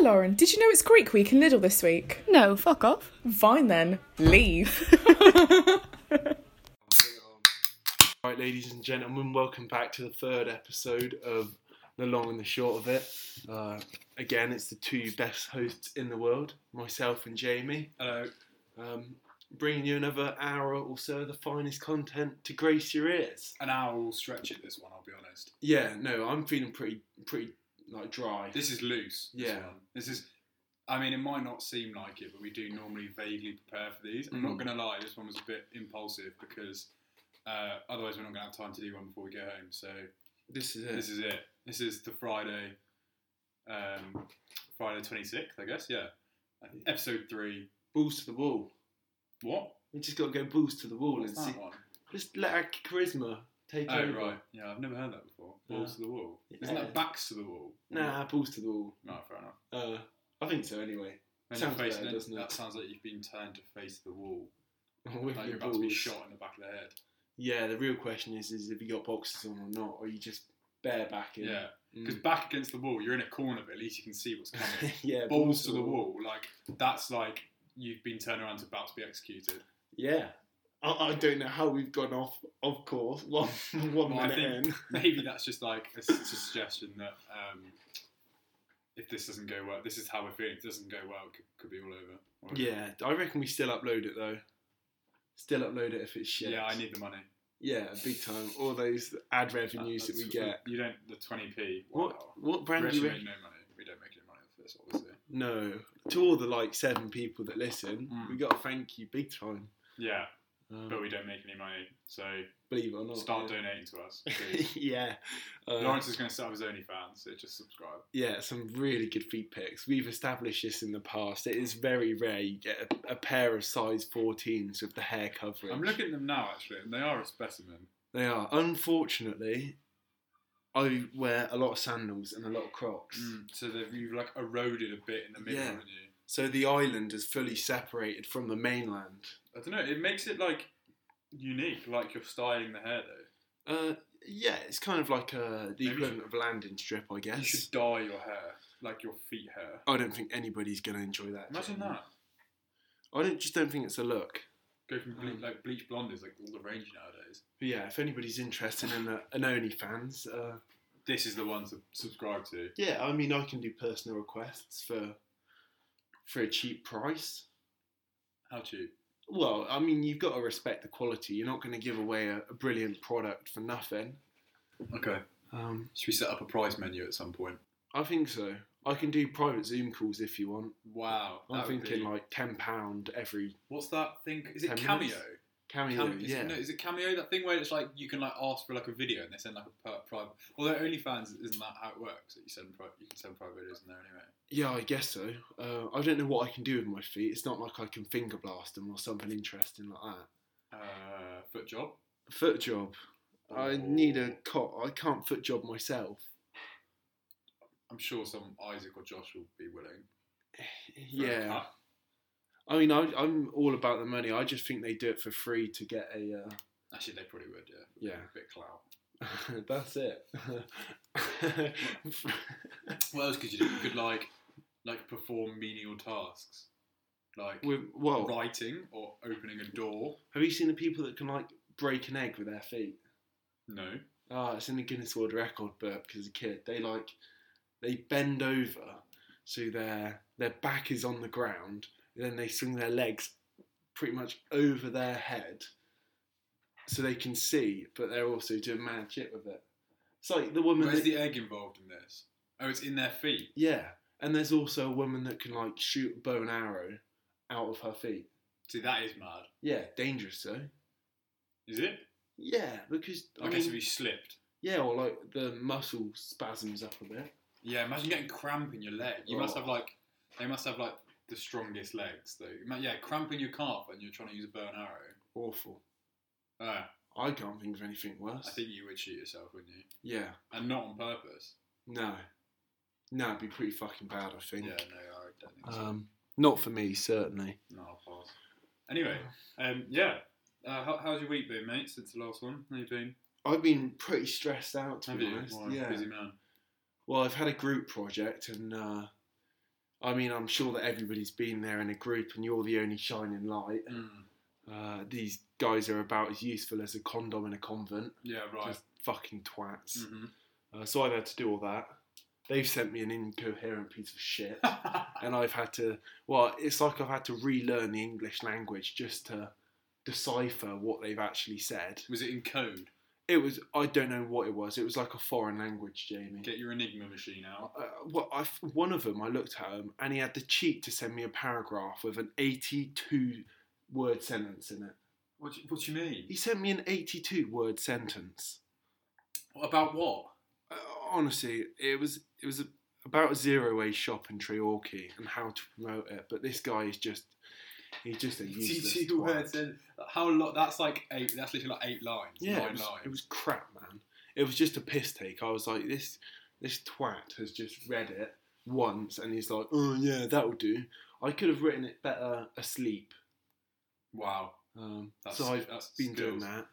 Lauren, did you know it's Greek Week in Lidl this week? No, fuck off. Fine then, leave. Right, ladies and gentlemen, welcome back to the third episode of The Long and the Short of It. Uh, again, it's the two best hosts in the world, myself and Jamie. uh, Hello. Um, bringing you another hour or so of the finest content to grace your ears. An hour will stretch it. This one, I'll be honest. Yeah, no, I'm feeling pretty, pretty like dry. This is loose. this Yeah. one. This is. I mean, it might not seem like it, but we do normally vaguely prepare for these. I'm Mm. not going to lie, this one was a bit impulsive because uh, otherwise we're not going to have time to do one before we go home. So This is it. this is it. This is the Friday, um, Friday 26th, I guess. Yeah, episode three. balls to the wall. What? We just got to go balls to the wall What's and see. that one? Just let our charisma take Oh over. right, yeah, I've never heard that before. Balls to the wall. Isn't Yeah. that backs to the wall? Nah, balls to the wall. No, fair enough. Uh, I think so anyway. Then Sounds face, better, then doesn't it? That sounds like you've been turned to face the wall. With your Like Oh, you're about to be balls. shot in the back of the head. Yeah, the real question is, is if you got boxes on or not, or you just barebacking. Yeah, because Mm. back against the wall, you're in a corner, but at least you can see what's coming. yeah, Balls to the wall, like that's like you've been turned around to about to be executed. Yeah, I, I don't know how we've gone off. Of course, one one Well, I minute in. Maybe that's just like a s- suggestion that um, if this doesn't go well, this is how we're feeling. If it doesn't go well, it could, could be all over. Or- Yeah, I reckon we still upload it though. Still upload it if it's shit. Yeah, I need the money. Yeah, big time. All those ad revenues that Uh, That's- we get. You don't the twenty p. What what brand Rich do you? made reckon- no money. We don't make any money off this, obviously. No, to all the like seven people that listen, Mm. we got to thank you big time. Yeah, Um, but we don't make any money, so believe it or not, start yeah. donating to us. please. yeah. Uh, Lawrence is going to set up his OnlyFans, so just subscribe. Yeah, some really good feet pics. We've established this in the past. It is very rare you get a, a pair of size 14s with the hair coverage. I'm looking at them now, actually, and they are a specimen. They are. Unfortunately, I wear a lot of sandals and a lot of Crocs. So they've you've like eroded a bit in the middle, Yeah. haven't you? So the island is fully separated from the mainland. I don't know. It makes it like unique, like you're styling the hair though. Uh, yeah, it's kind of like uh, the Maybe equivalent of a landing strip, I You guess. should dye your hair, like your feet hair. I don't think anybody's going to enjoy that. Imagine Jamie. that. I don't just don't think it's a look. Go from ble- Um, like bleach blonde is like all the rage nowadays. But yeah, if anybody's interested in a, an OnlyFans, uh, This is the one to subscribe to. Yeah, I mean, I can do personal requests for for a cheap price. How cheap? Well, I mean, you've got to respect the quality. You're not going to give away a, a brilliant product for nothing. Okay. Um, Should we set up a prize menu at some point? I think so. I can do private Zoom calls if you want. Wow. I'm that would thinking be- like ten pound every what's that thing? Is it 10 cameo? minutes? cameo. Cam- is yeah, It, no, is it Cameo that thing where it's like you can like ask for like a video and they send like a per- private? Although OnlyFans isn't that how it works? That you send pri- you can send private videos in there anyway. yeah, I guess so. Uh, I don't know what I can do with my feet. It's not like I can finger blast them or something interesting like that. Uh, foot job. Foot job. I need Oh. a cot. I can't foot job myself. I'm sure some Isaac or Josh will be willing. for a Yeah. cut. I mean, I, I'm all about the money. I just think they do it for free to get a. Uh, Actually, they probably would. Yeah. Yeah. A bit clout. that's it. What else could you do? You could like like perform menial tasks, like with, well, writing or opening a door. have you seen the people that can like break an egg with their feet? No. Ah, it's in the Guinness World Record book as a kid. They like they bend over so their their back is on the ground. Then they swing their legs pretty much over their head so they can see, but they're also doing mad shit with it. It's like the woman. Where's that- the egg involved in this? Oh, it's in their feet. Yeah, and there's also a woman that can like shoot a bow and arrow out of her feet. See, that is mad. Yeah, dangerous though. Is it? Yeah, because I, I, guess mean, if you slipped. yeah, or like the muscle spasms up a bit. Yeah, imagine getting cramp in your leg. You must have Oh. like, they must have like the strongest legs though. Ima- Yeah, cramp in your calf when you're trying to use a bow and arrow. Awful. Uh, I can't think of anything worse. I think you would shoot yourself, wouldn't you? Yeah, And not on purpose. no, no, it'd be pretty fucking bad. I Yeah, think. no, I don't think so. Um, not for me, certainly. no, I'll pass. Anyway, um, yeah. Uh, how, how's your week been, mate? Since the last one, how you been? I've been pretty stressed out to Have be you? honest. Why, yeah. Busy man. Well, I've had a group project and uh, I mean, I'm sure that everybody's been there in a group, and you're the only shining light. Mm. Uh, these guys are about as useful as a condom in a convent. Yeah, right. Just fucking twats. hmm Uh, so I've had to do all that. They've sent me an incoherent piece of shit, Mm-hmm. and I've had to. Well, it's like I've had to relearn the English language just to decipher what they've actually said. Was it in code? It was. I don't know what it was. It was like a foreign language, Jamie. Get your Enigma machine out. Uh, well, I, one of them, I looked at him, and he had the cheek to send me a paragraph with an 82 word sentence in it. What do you, what do you mean? He sent me an 82 word sentence. About what? Uh, honestly, it was it was about zero waste shop in Treorchy and how to promote it. But this guy is just he's just a useless. Two twat. words. in- How long? That's like eight. That's literally like eight lines. Yeah, nine it was, lines. it was crap, man. It was just a piss take. I was like, this this twat has just read it once, and he's like, oh yeah, that'll do. I could have written it better asleep. wow. Um, That's, so I've that's been doing skills. that.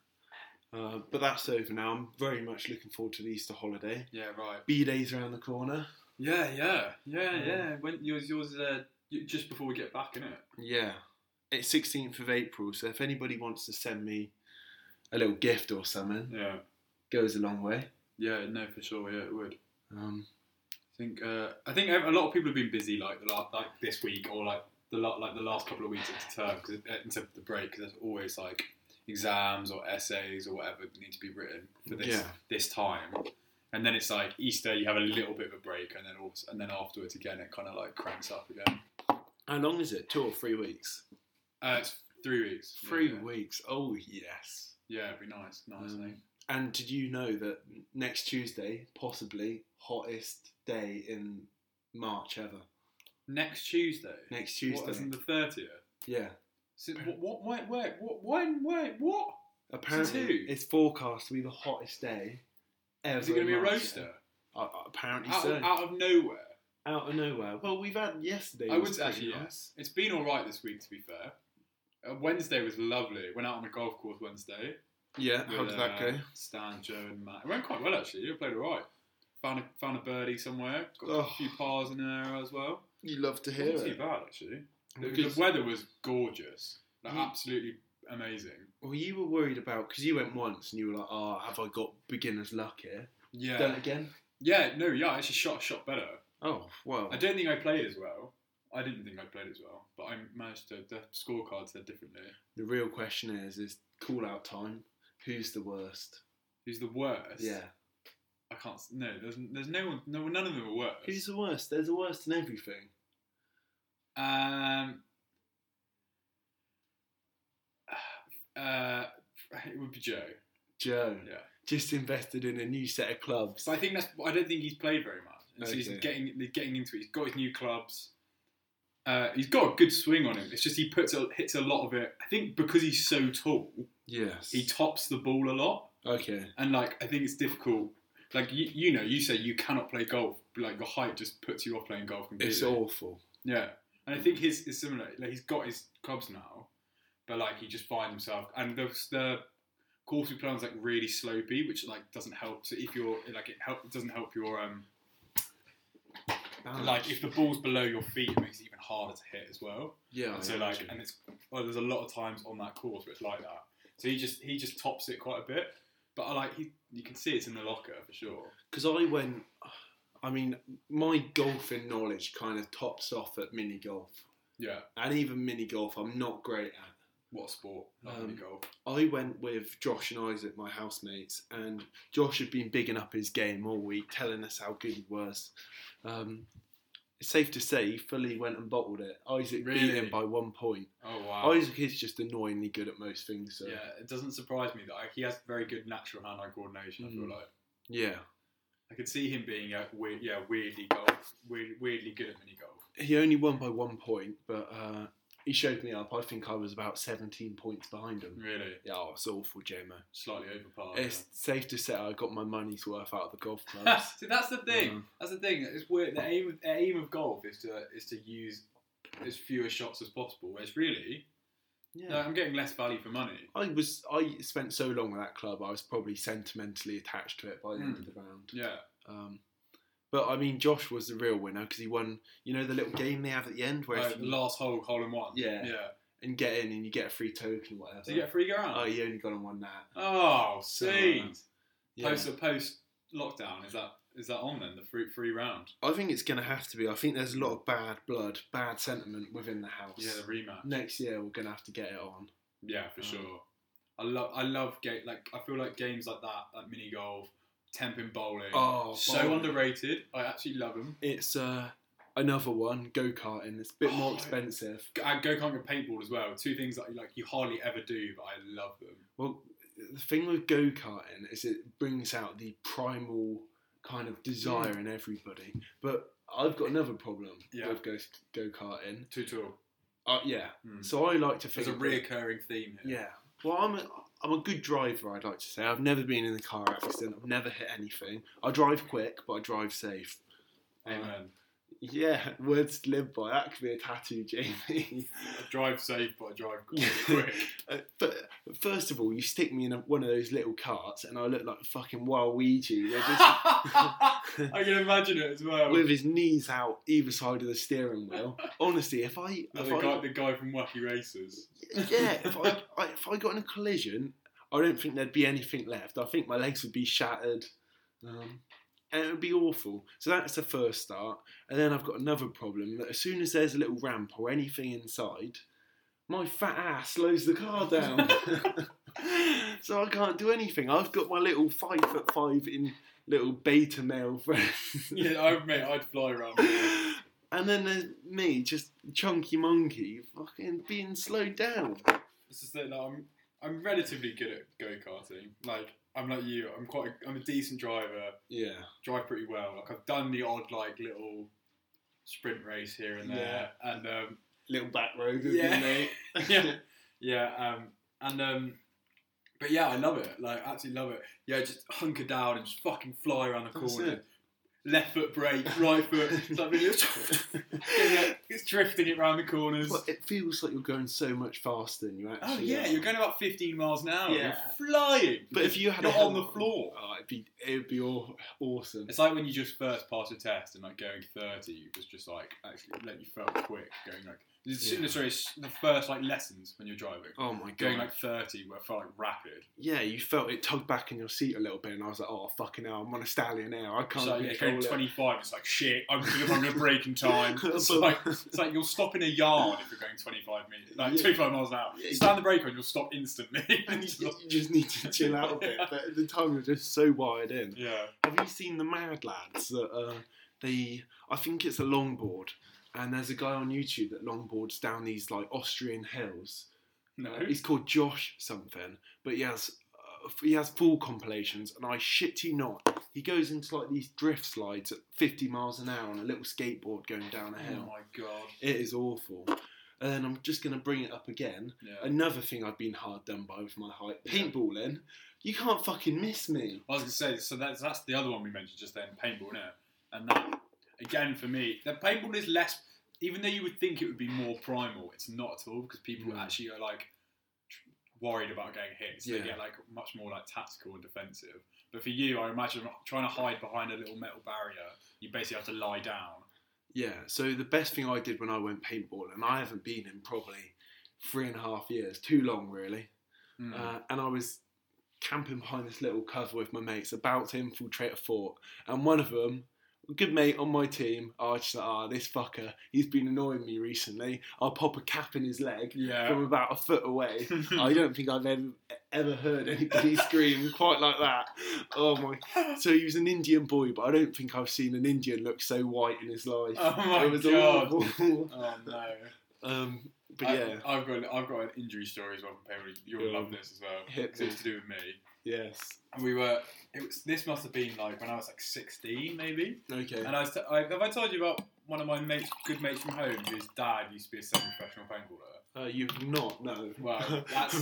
Uh, but that's over now. I'm very much looking forward to the Easter holiday. Yeah, right. B days around the corner. Yeah, yeah, yeah, Yeah. yeah. When yours, yours, uh, y- just before we get back in it. Yeah. It's 16th of April, so if anybody wants to send me a little gift or something, Yeah, goes a long way. yeah. No, for sure. Yeah, it would. Um, I think uh, I think a lot of people have been busy like the last, like this week or like the la- like the last couple of weeks into term 'cause- uh, into the break because there's always like exams or essays or whatever that need to be written for this Yeah. this time, and then it's like Easter you have a little bit of a break and then also, and then afterwards again it kind of like cranks up again. how long is it? Two or three weeks? Uh, it's three weeks. Yeah, Three yeah. weeks. Oh, yes. Yeah, it'd be nice. Nice. Um, eh? And did you know that next Tuesday, possibly hottest day in March ever? Next Tuesday. Next What, Tuesday. isn't the thirtieth? yeah. So, what, what? Wait. Wait. What? When? Wait. What? Apparently, two. it's forecast to be the hottest day ever. Is it going to be a in March. roaster? Uh, uh, apparently Out, so. of- out of nowhere. Out of nowhere. Well, we've had yesterday. I was would pretty actually, nice. yes. It's been all right this week, to be fair. Uh, Wednesday was lovely. Went out on a golf course Wednesday. Yeah, how with, did that uh, go? Stan, Joe, and Matt. It went quite well actually. You played all right. Found a found a birdie somewhere. Got a Oh. few pars in there as well. You love to Not too bad actually. The, the Because, Mm. weather was gorgeous. Like, You- absolutely amazing. well, you were worried about because you went once and you were like, "Oh, have I got beginner's luck here?" Yeah. Done it again? Yeah. No. Yeah. I actually shot shot better. Oh, well. I don't think I played as well. I didn't think I played as well, but I managed to. The scorecard said differently. The real question is, is call out time. Who's the worst? Who's the worst? Yeah. I can't. s- No, there's there's no one. No, none of them are worse. Who's the worst? There's a worst in everything. um. Uh, it would be Joe. Joe. Yeah. Just invested in a new set of clubs. So I think that's. I don't think he's played very much. And so he's Okay. getting he's getting into it. He's got his new clubs. Uh, he's got a good swing on him. It's just he puts a, hits a lot of it. I think because he's so tall, yes. he tops the ball a lot. okay. And like, I think it's difficult. Like you, you know, you say you cannot play golf. But like your height just puts you off playing golf completely. It's awful. Yeah, and I think his is similar. Like he's got his clubs now, but like he just finds himself. And the the course we play on is like really slopey, which like doesn't help. So if you're like it help, it doesn't help your um Oh, like if the ball's below your feet, it makes it even harder to hit as well. Oh, yeah. I And so like, imagine. and it's well, there's a lot of times on that course where it's like that. So he just he just tops it quite a bit. But I like he, you can see it's in the locker for sure. because I went. I mean, my golfing knowledge kind of tops off at mini golf, Yeah. and even mini golf, I'm not great at. What a sport? Like Um, mini golf. I went with Josh and Isaac, my housemates, and Josh had been bigging up his game all week, telling us how good he was. Um, it's safe to say he fully went and bottled it. Isaac beat Really? him by one point. Oh wow. Isaac is just annoyingly good at most things. So. Yeah, it doesn't surprise me that like, he has very good natural hand-eye coordination. I feel Mm. like yeah. I could see him being a weird, yeah, weirdly golf, weird, weirdly good at mini golf. He only won by one point, but uh, he showed me up. I think I was about 17 points behind him. Really, Yeah, oh, it's awful, JMO. slightly overpowered. It's safe to say I got my money's worth out of the golf yeah. clubs. see, that's the thing. Mm. That's the thing. It's weird. The aim, of, the aim of golf is to is to use as fewer shots as possible. Whereas really, yeah. like, I'm getting less value for money. I was I spent so long with that club I was probably sentimentally attached to it by the end of the round. Yeah, Um, But I mean, Josh was the real winner because he won. You know the little game they have at the end where Like, if Uh, the you, last hole, hole in one. Yeah. Yeah. and get in and you get a free token or whatever. So you get a free go oh, round. you only got on one that. Oh, So, sweet. um, Yeah. Post post lockdown is that is that on then the free free round? I think it's going to have to be. I think there's a lot of bad blood, bad sentiment within the house. Yeah, the rematch. Next year we're going to have to get it on. Yeah, for Mm. sure. I love I love game like I feel like games like that, like mini golf, temping bowling. Oh, so bowling. underrated. I actually love them. It's uh, another one go karting. It's a bit more Oh. expensive. I go kart and paintball as well. Two things that like you hardly ever do, but I love them. Well, the thing with go karting is it brings out the primal kind of desire in everybody. But I've got another problem Yeah. with go go karting. Two two. Uh, yeah. Mm. So I like to think There's a that- reoccurring theme here. Yeah. Well, I'm a, I'm a good driver. I'd like to say I've never been in a car accident. I've never hit anything. I drive quick, but I drive safe. Uh, Amen. yeah, words to live by. That could be a tattoo, Jamie. I drive safe, but I drive Yeah. quick. Uh, but first of all, you stick me in a, one of those little carts, and I look like fucking Waluigi. They're just I can imagine it as well. with his knees out either side of the steering wheel. Honestly, if I, Like if the, guy, I the guy from Wacky Races. yeah, if I, I, if I got in a collision, I don't think there'd be anything left. I think my legs would be shattered, um, and it would be awful. So that's the first start, and then I've got another problem that as soon as there's a little ramp or anything inside, my fat ass slows the car down. So I can't do anything. I've got my little five foot five in little beta male friend. yeah, I, mate, I'd fly around. and then there's me, just chunky monkey, fucking being slowed down. It's just that like, I'm I'm relatively good at go karting. Like I'm like you. I'm quite. A, I'm a decent driver. Yeah. Drive pretty well. Like I've done the odd like little sprint race here and there. And um, Little back road, Yeah. yeah, yeah. Um, and um, but yeah, I love it. Like absolutely love it. Yeah, just hunker down and just fucking fly around the That's corner. Left foot brake, right foot. It's, like really- Yeah, it's drifting it round the corners. But it feels like you're going so much faster than you actually Oh yeah, are. you're going about 15 miles an hour. Yeah. You're flying. But if you had you're a on the helmet- floor. Oh, it'd be, it'd be aw- awesome. It's like when you just first pass a test and like going 30 you was just like actually like you felt quick going like it's, Yeah. sorry, it's the first like lessons when you're driving Oh my going god. like 30 where I felt like rapid. yeah, you felt it tug back in your seat a little bit, and I was like, oh, fucking hell, I'm on a stallion now. I can't So yeah, control going it. 25 it's like shit. I'm gonna, I'm gonna break in time. It's But- like it's like you'll stop in a yard if you're going 25 minutes like Yeah. 25 miles an hour. Yeah. Stand the brake on, you'll stop instantly. and you, you just need to chill out a bit. But at the time, you're just so wired in. yeah. Have you seen the Mad Lads? That uh, they, I think it's a longboard, and there's a guy on YouTube that longboards down these like Austrian hills. No. He's called Josh something, but he has uh, he has full compilations, and I shit you not, he goes into like these drift slides at 50 miles an hour on a little skateboard going down a Oh hill. my god. It is awful. And then I'm just going to bring it up again. Yeah. Another thing I've been hard done by with my height, paintballing. You can't fucking miss me. I was gonna say, so that's that's the other one we mentioned just then, paintball, now, and that again for me, the paintball is less. Even though you would think it would be more primal, it's not at all because people Mm. actually are like tr- worried about getting hit, so Yeah. they get like much more like tactical and defensive. But for you, I imagine trying to hide behind a little metal barrier, you basically have to lie down. Yeah, so the best thing I did when I went paintball, and I haven't been in probably three and a half years, too long really, Hmm. uh, and I was camping behind this little cover with my mates about to infiltrate a fort, and one of them, a good mate on my team, I just thought, ah, this fucker, he's been annoying me recently. I'll pop a cap in his leg yeah. from about a foot away. I don't think I've ever ever heard anybody scream quite like that. Oh my! So he was an Indian boy, but I don't think I've seen an Indian look so white in his life. Oh my it was God. awful. oh no. um, but I, yeah, I've got I've got an injury story as well from paintball. Go You'll love on. this as well. Hit 'cause it's me. to do with me. yes, And we were. It was, this must have been like when I was like 16, maybe. okay. And I was. T- I, have I told you about one of my mates, good mates from home, whose dad used to be a semi-professional paintballer? Uh, you've not no. Well, that's a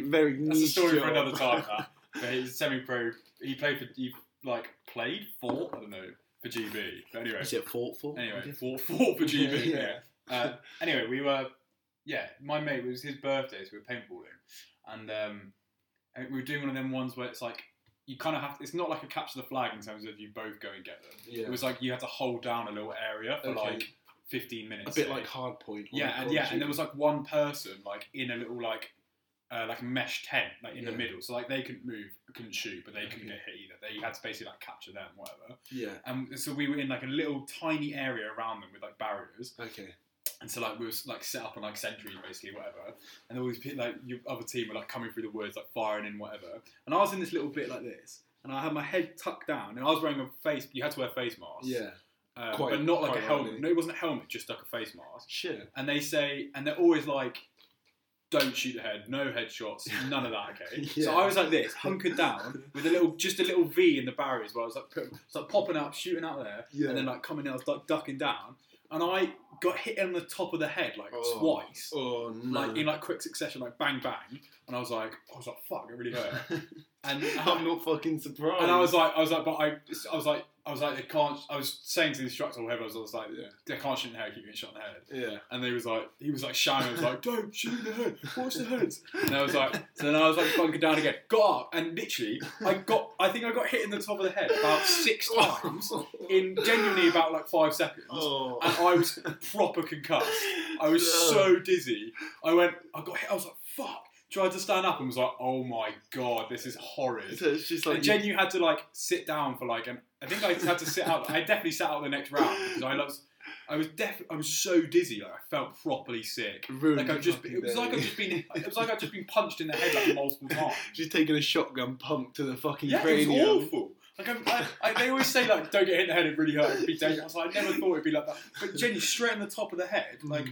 very very. That's a niche story for job. another time. That. But he's semi-pro. He played for. He like played for. I don't know for GB. But anyway, Is it thoughtful? anyway, for for for GB. Yeah, Yeah. yeah. Uh, anyway, we were. Yeah, my mate it was his birthday, so we were paintballing, and um, and we were doing one of them ones where it's like you kind of have. It's not like a capture the flag in terms of you both go and get them. Yeah. It was like you had to hold down a little area for Okay. like 15 minutes. a bit say. like Hardpoint. on yeah, and Call yeah, of and there Duty. was like one person like in a little like uh, like a mesh tent like in the Yeah. middle, so like they couldn't move, couldn't shoot, but they couldn't Okay. get hit either. They had to basically like capture them, whatever. yeah, And so we were in like a little tiny area around them with like barriers, okay, and so like we were like set up on like sentries basically, whatever. And all these people like your other team were like coming through the woods, like firing in whatever. And I was in this little bit like this, and I had my head tucked down, and I was wearing a face. You had to wear face masks, yeah, uh, Quite- but not like a quite helmet. rightly. No, it wasn't a helmet, just like a face mask shit, and they say, and they're always like, "Don't shoot the head, no headshots, none of that." Okay. Yeah. So I was like this, hunkered down with a little, just a little V in the barriers where I was like, put, it's like popping up, shooting out there, Yeah. and then like coming in, I was like ducking down, and I got hit on the top of the head like Oh. twice. oh no, Like in like quick succession, like bang bang, and I was like, I was like, fuck, it really hurt. And um, I'm not fucking surprised. and I was like, I was like, but I, I was like, I was like, they can't. I was saying to the instructor, or whoever, I was, I was like, Yeah. they can't shoot in the head, keep getting shot in the head. yeah, And they was like, he was like shouting, he was like, don't shoot the head, watch the heads. And I was like, so then I was like bunking down again, got up, and literally, I got, I think I got hit in the top of the head about six times in genuinely about like five seconds. oh, And I was proper concussed. I was so dizzy. I went, I got hit, I was like, fuck. Tried to stand up and was like, oh my god, this is horrid. So it's just like And Jen, you had to like sit down for like an. I think I had to sit out. I definitely sat out the next round because I was, I was def. I was so dizzy. Like I felt properly sick. you ruined Like your I've just. fucking It was day. like I've just been. It was like I've just been punched in the head like multiple times. She's taking a shotgun pump to the fucking Yeah, it was cranium. awful. Like I'm, I, I, they always say, like don't get hit in the head; it really hurt. It'd be dangerous. I was like, I never thought it'd be like that. But Jenny, straight on the top of the head, Mm. like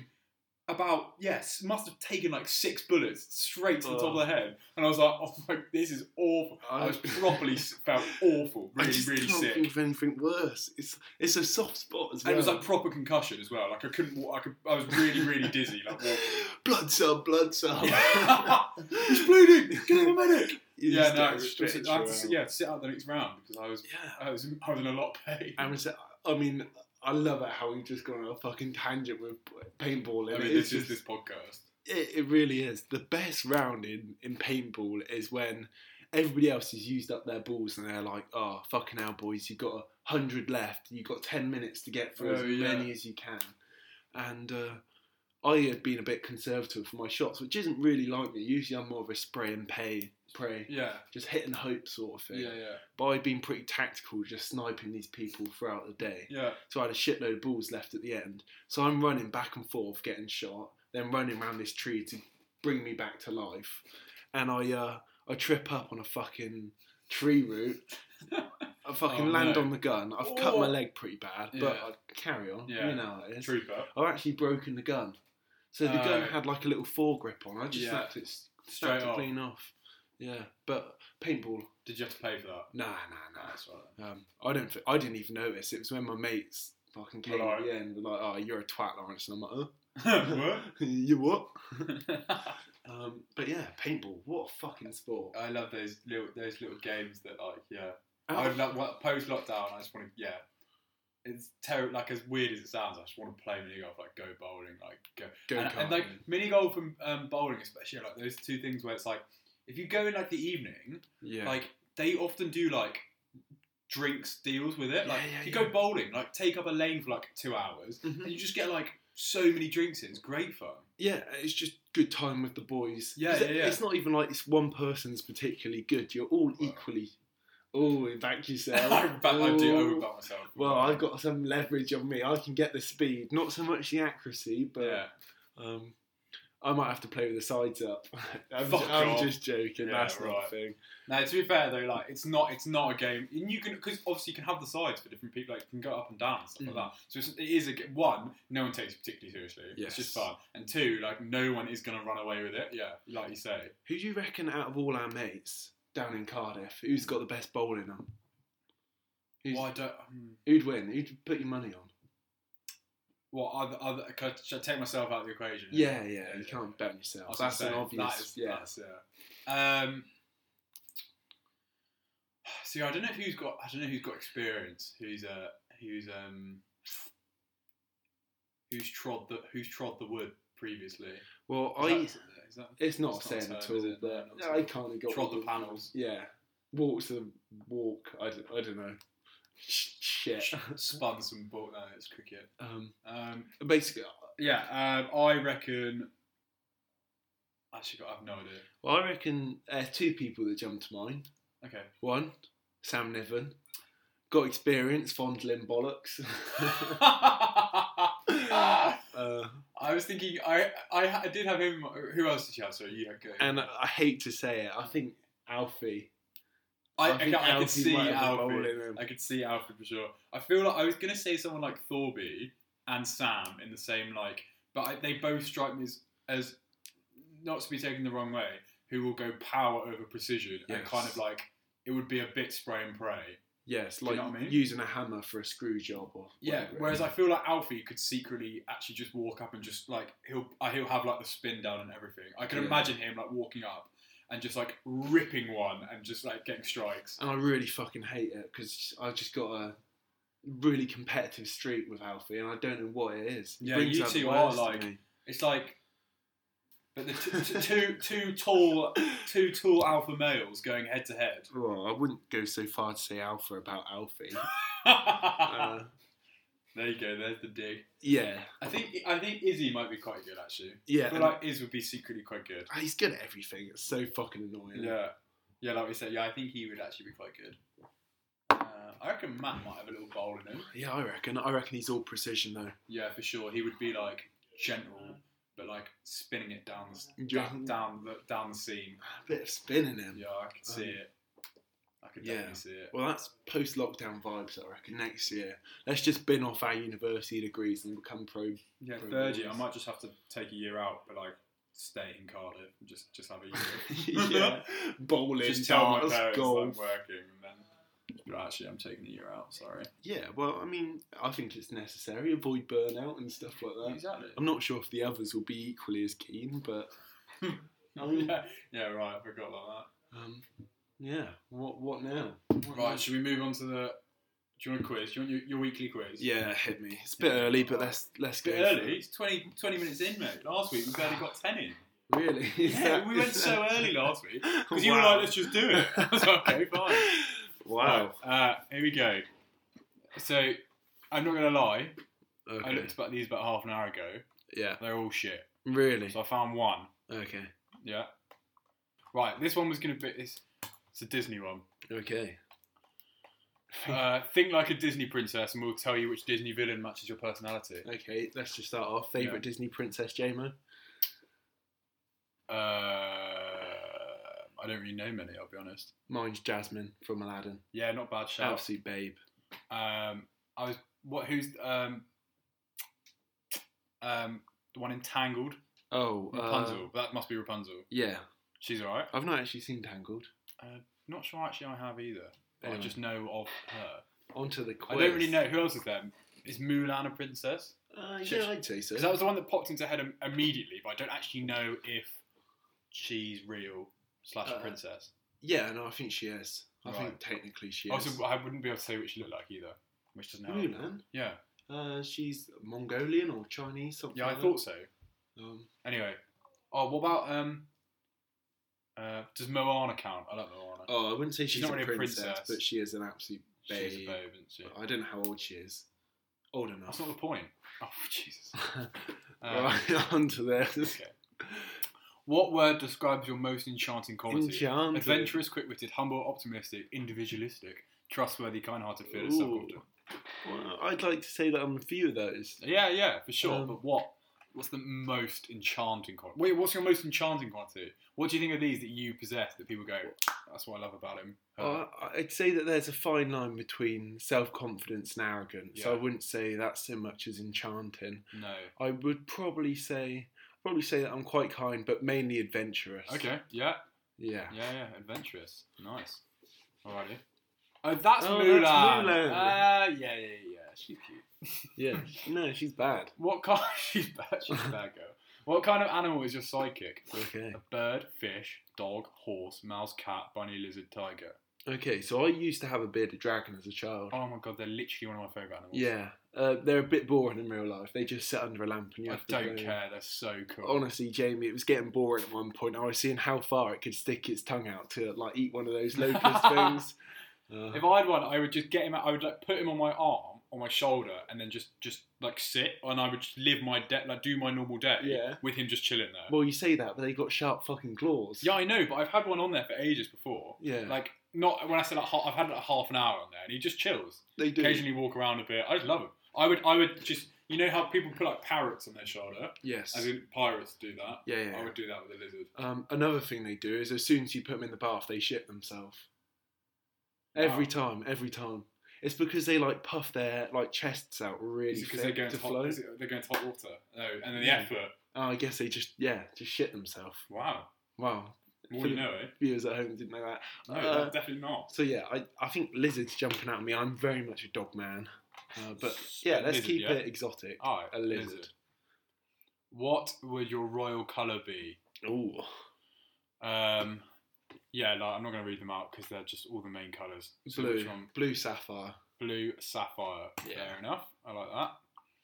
about yes, must have taken like six bullets straight to the top of the head, and I was like, oh my, this is awful. I was properly s- felt awful, I really, just really can't sick. think of anything worse. It's it's a soft spot as And well. it was like proper concussion as well. Like I couldn't walk. I, could, I was really, really dizzy. Like blood cell, blood cell. walking. he's bleeding. Get him a medic. You yeah, just no. get It was, stretched it was- I had to, around. s- yeah, sit out the next round because I was, yeah. I was, I was in a lot of pain. I was- I mean, I love it how we've just gone on a fucking tangent with paintball. I And mean, it's this is just, this podcast. it, it really is. The best round in, in paintball is when everybody else has used up their balls and they're like, oh, fucking hell, boys, you've got a 100 left. You've got 10 minutes to get through Oh, as yeah. many as you can. And uh, I had been a bit conservative for my shots, which isn't really like me. Usually I'm more of a spray and pay, pray, Yeah, just hit and hope sort of thing. yeah, yeah, But I'd been pretty tactical, just sniping these people throughout the day. yeah. So I had a shitload of balls left at the end. So I'm running back and forth, getting shot, then running around this tree to bring me back to life. And I uh, I trip up on a fucking tree root. I fucking Oh, land no. on the gun. I've cut Oh. my leg pretty bad, but Yeah. I carry on. Yeah. You know how it is. Trooper. I've actually broken the gun. So the gun Oh. had like a little foregrip on. I just Yeah. snapped it Straight snapped it off. clean off. Yeah, but paintball. Did you have to pay for that? Nah, nah, Nah, nah. that's all right. Um, I don't. Th- I didn't even notice. It was when my mates fucking came Right. at the end. Were like, "Oh, you're a twat, Lawrence," and I'm like, What? "Huh? you what?" Um, but yeah, paintball. What a fucking sport! I love those little those little games that like yeah. Out I of- would love well, post lockdown. I just want to yeah. It's terrible. Like as weird as it sounds, I just want to play mini golf, like go bowling, like go go and, and like karting. mini golf and um, bowling, especially are, like those two things where it's like if you go in like the evening, yeah, like they often do like drinks deals with it. Yeah, Like yeah, if you yeah. go bowling, like take up a lane for like two hours, Mhm. and you just get like so many drinks in. It's great fun. yeah. It's just good time with the boys. Yeah, 'Cause yeah, it- yeah. It's not even like it's one person's particularly good. You're all Well. equally. Oh, back yourself. I, bet I do Oh. overbet myself. Well, I've got some leverage on me. I can get the speed, not so much the accuracy, but yeah. Um, I might have to play with the sides up. I'm, Fuck ju- I'm off. just joking. Yeah, that's not right. a thing. Now, to be fair though, like it's not it's not a game, and you can because obviously you can have the sides for different people, like you can go up and down and stuff Mm. like that. So it's, it is a g- one, no one takes it particularly seriously. Yes. It's just fun, and two, like no one is gonna run away with it. Yeah, like you say, Who do you reckon out of all our mates down in Cardiff, who's got the best bowling on? Who's, why don't? hmm. Who'd win? Who'd put your money on? What other other? could- Should I take myself out of the equation? Yeah, yeah. you yeah. can't bet on yourself. I was gonna That's an say, obvious. That is, yeah. that's, yeah. Um, see, I don't know if who's got. I don't know who's got experience. Who's uh, who's um, who's trod the who's trod the wood previously. Is well, that- I. is that- is that- It's not it's a not saying a term, at is all, it? but No, not I at kind of got trod the all- panels? Yeah. walks the walk. I don't, I don't know. Shit. Spun some ball. No, it's cricket. Um, Um, basically, yeah, um, I reckon. Actually, I have no idea. well, I reckon uh, two people that jump to mind. Okay. One, Sam Niven, got experience fondling bollocks. uh, I was thinking. I, I ha- I did have him. Who else did you have? Sorry, you had go. and I I hate to say it, I think Alfie. I, I, think I could Alfie see might have a Alfie. role in him. I could see Alfred for sure. I feel like I was gonna say someone like Thorby and Sam in the same like, but I, they both strike me as, as not to be taken the wrong way. Who will go power over precision and Yes. kind of like it would be a bit spray and pray. Yes, Do you like know what I mean? using a hammer for a screw job or Yeah. whatever it Whereas is. I feel like Alfie could secretly actually just walk up and just like he'll uh, he'll have like the spin down and everything. I can Yeah. imagine him like walking up and just like ripping one and just like getting strikes. and I really fucking hate it because I just got a really competitive streak with Alfie, and I don't know what it is. It Yeah, brings you out the two are worst in like- me. It's like, but the t- t- two two tall two tall alpha males going head to head. Well, I wouldn't go so far to say alpha about Alfie. uh, There you go. There's the dig. yeah, I think I think Izzy might be quite good actually. yeah. I feel and like Iz would be secretly quite good. he's good at everything. It's so fucking annoying. Yeah, yeah, like we said. Yeah, I think he would actually be quite good. Uh, I reckon Matt might have a little bowl in him. Yeah, I reckon. I reckon he's all precision though. Yeah, for sure. He would be like gentle, but like spinning it down the s- Yeah. down down the, down the seam. A bit of spin in him. Yeah, I can see it. I can yeah. definitely see it. Well, that's post-lockdown vibes. I reckon next year, let's just bin off our university degrees and become pro. Yeah, Very third year. I nice. might just have to take a year out, but like stay in Cardiff, and just just have a year. yeah, bowling, just tell my darts, parents golf. I'm working, and then but actually I'm taking a year out. Sorry. Yeah, well, I mean, I think it's necessary. Avoid burnout and stuff like that. Exactly. I'm not sure if the others will be equally as keen, but yeah, yeah, right. I forgot about um, yeah. What what now? that. Right, should we move on to the? Do you want a quiz? Do you want your, your weekly quiz? Yeah, hit me. It's a bit early, but let's let's It's a bit go. for early. It's 20, 20 minutes in, mate. Last week we barely got ten in. it. Really? Is Yeah, that- we is went so that- early last week because you were like, "Let's just do it." I was like, "Okay, fine." Wow. Right, uh, here we go. So, I'm not gonna lie. I Okay. looked about these about half an hour ago. Yeah. They're all shit. Really. So I found one. Okay. Yeah. Right. This one was gonna be. It's, it's a Disney one. Okay. Uh, think like a Disney princess, and we'll tell you which Disney villain matches your personality. Okay. Let's just start off. Favorite Yeah. Disney princess, JMO. Uh, I don't really know many. I'll be honest. Mine's Jasmine from Aladdin. Yeah, not Oh, bad shout. Absolute babe. Um, I was what? Who's um, um, the one entangled? Oh, uh, Rapunzel. that must be Rapunzel. yeah, She's alright. I've not actually seen Tangled. Not sure actually I have either. but I Anyway. just know of her. Onto the quiz. I don't really know who else is there. Is Mulan a princess? Uh, Sh- yeah, I'd say so. Because that was the one that popped into head im- immediately, but I don't actually know if she's real slash a Uh, princess. Yeah, no, I think she is. I Right. think technically she is. Also, I wouldn't be able to say what she looked like either, which doesn't help. Mulan. Yeah, Uh, she's Mongolian or Chinese, something. yeah, I like thought so. That. Um, Anyway, oh, what about um, uh, does Moana count? I like Moana. oh, I wouldn't say she's, not a, really a princess, princess. but she is an absolute babe. she's a babe, isn't she? I don't know how old she is. Old That's enough. not the point. Oh Jesus. Um, right, onto this. Okay. What word describes your most enchanting quality? Enchanted. Adventurous, quick-witted, humble, optimistic, individualistic, trustworthy, kind-hearted, fearless, Ooh. self-confident. Well, I'd like to say that I'm a few of those. Yeah, yeah, for sure. Um, but what? What's the most enchanting quality? Wait, what's your most enchanting quality? What do you think are these that you possess that people go, that's what I love about him? her?" Uh, I'd say that there's a fine line between self confidence and arrogance. So I Yeah. wouldn't say that so much as enchanting. no. I would probably say probably say that I'm quite kind, but mainly adventurous. Okay, yeah, Yeah. yeah, yeah, adventurous. Nice. Alrighty. Oh, that's Oh, Mulan. that's Mulan. Ah, yeah, yeah, yeah. She's cute. Yeah. no, she's bad. What kind? she's bad. She's a bad girl. What kind of animal is your psychic? Okay. A bird, fish, dog, horse, mouse, cat, bunny, lizard, tiger. Okay. So I used to have a bearded dragon as a child. Oh my god, they're literally one of my favorite animals. Yeah. Uh, they're a bit boring in real life. They just sit under a lamp and you I have to don't go- care. They're so cool. Honestly, Jamie, it was getting boring at one point. I was seeing how far it could stick its tongue out to like eat one of those locust things. Uh, If I had one, I would just get him. out I would like put him on my arm, on my shoulder, and then just just like sit, and I would just live my day, like do my normal day Yeah. with him just chilling there. well, you say that, but they got sharp fucking claws. yeah, I know, but I've had one on there for ages before. Yeah. Like not when I said like half, I've had like half an hour on there, and he just chills. they do. Occasionally walk around a bit. I just love him. I would I would just you know how people put like parrots on their shoulder, Yes. as in pirates do that. yeah, yeah. I would do that with a lizard. Um, another thing they do is as soon as you put them in the bath, they shit themselves. Every Wow. time, every time. It's because they like puff their like chests out really Is because they're thick going to to hot, float. is it- they're going to hot water? No, and then the Yeah. effort. Oh, I guess they just yeah, just shit themselves. Wow, Wow, more you know, eh? viewers at home didn't know that. No, Uh, definitely not. So yeah, I, I think lizards jumping out at me. I'm very much a dog man, uh, but yeah, let's Lizard, keep yeah. it exotic. All right, a lizard. What would your royal colour be? Ooh, Um, yeah, no, I'm not going to read them out because they're just all the main colours. So blue, which one? blue sapphire. Blue sapphire. Yeah. Fair enough. I like that.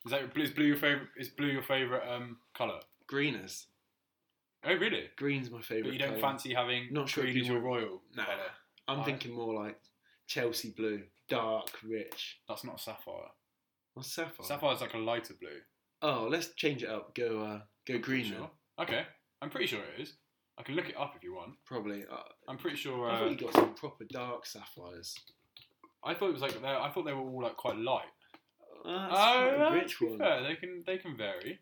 Is that your, blue- is blue your favorite? Is blue your favorite um colour? Greeners. Oh really? Green's my favourite. But you don't colour. fancy having Not sure green if as you your royal Nah. colour. I'm Alright. thinking more like Chelsea blue, dark, rich. That's not sapphire. What's sapphire? Sapphire's like a lighter blue. Oh, let's change it up. Go, uh, go green Sure. then. Okay, I'm pretty sure it is. I can look it up if you want. Probably. Uh, I'm pretty sure. I Uh, thought you got some proper dark sapphires. I thought it was like they're- I thought they were all like quite light. Uh, that's Oh, quite a no, rich to be one. fair, they can they can vary.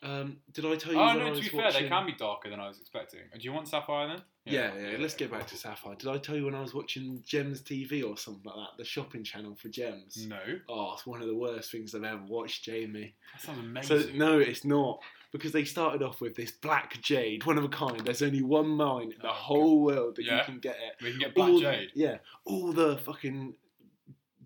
Um, did I tell you? Oh when I no, to was be fair, watching... they can be darker than I was expecting. Do you want sapphire then? Yeah, yeah, let's get back to Sapphire. Did I tell you when I was watching Gems TV or something like that, the shopping channel for Gems? No, Oh, it's one of the worst things I've ever watched, Jamie. that sounds amazing. So, no, it's not. Because they started off with this black jade, one of a kind. There's only one mine in the Oh, whole world that you Yeah. can get it. we can get black all, jade. Yeah, all the fucking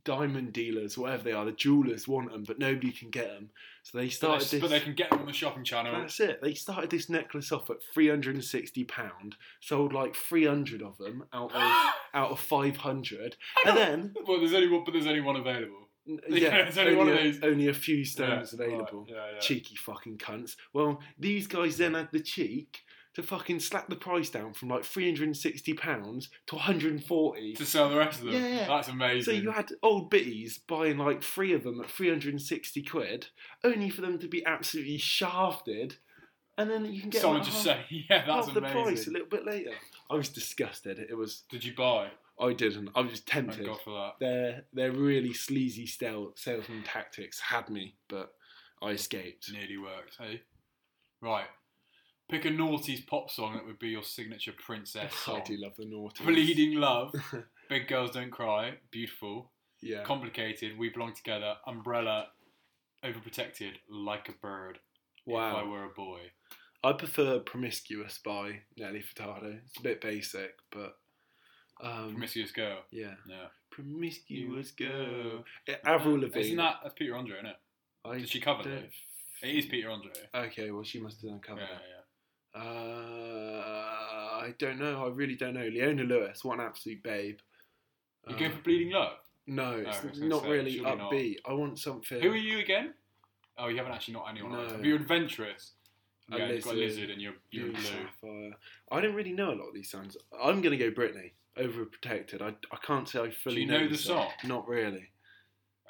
diamond dealers, whatever they are, the jewelers want them, but nobody can get them. So they But started they, this. but they can get them on the shopping channel. That's it. They started this necklace off at three hundred and sixty pound. Sold like three hundred of them out of out of five hundred, and then well, there's only one, but there's only one available. yeah, it's only one of a, these. only a few stones Yeah, available. right, yeah, yeah. Cheeky fucking cunts. Well, these guys then had the cheek to fucking slap the price down from like three hundred and sixty pounds to one hundred and forty. To sell the rest of them. Yeah. That's amazing. So you had old bitties buying like three of them at 360 quid, only for them to be absolutely shafted, and then you can get Someone like just half- say, yeah, that's half the amazing. price a little bit later. I was disgusted. It was Did you buy? I didn't. I was Thank tempted. God for that. Their their really sleazy stel- salesman tactics had me, but I escaped. Nearly worked. Hey, right. Pick a naughty's pop song that would be your signature princess I song. do love the naughty. Bleeding love. Big girls don't cry. Beautiful. Yeah. Complicated. We belong together. Umbrella. Overprotected. Like a bird. If I wow. were a boy. I prefer Promiscuous by Nelly Furtado. It's a bit basic, but um, Promiscuous girl. yeah. Yeah. Promiscuous girl. Yeah, Avril Lavigne. Isn't that that's Peter Andre, isn't it? I Did she cover don't that? f- It is Peter Andre. Okay, well, she must have done a Yeah, cover. yeah. Uh, I don't know. I really don't know. Leona Lewis, what an absolute babe. You Uh, go for Bleeding Love. no, I it's was gonna not say, really surely not. upbeat. I want something. Who are you again? Oh, you haven't actually not anyone. No. No. You're adventurous. A yeah, you've got a lizard. lizard and you're you're Blue blue. Sapphire. I don't really know a lot of these songs. I'm gonna go Britney. Overprotected. I, I can't say I fully you know the this Not really,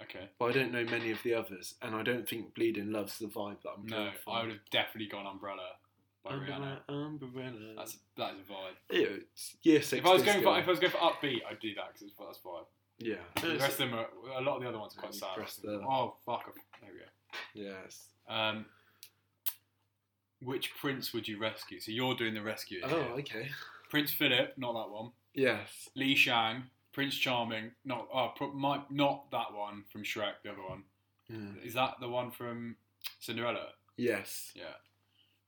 Okay. but I don't know many of the others, and I don't think Bleeding Loves the vibe that I'm No, going for. I would have definitely gone Umbrella by Under Rihanna. my umbrella. That's that is a vibe. Ew, it's year six. if I was going disco. for if I was going for upbeat, I'd do that because that's vibe. yeah, The rest of them are a lot of the other ones are quite You sad. press the- Oh fuck! There we go. yes. Um, which prince would you rescue? So you're doing the rescue. Oh, here. okay. Prince Philip, not that one. Yes. Li Shang, Prince Charming, not oh, pro- my, not that one from Shrek. The other one Mm. is that the one from Cinderella. Yes,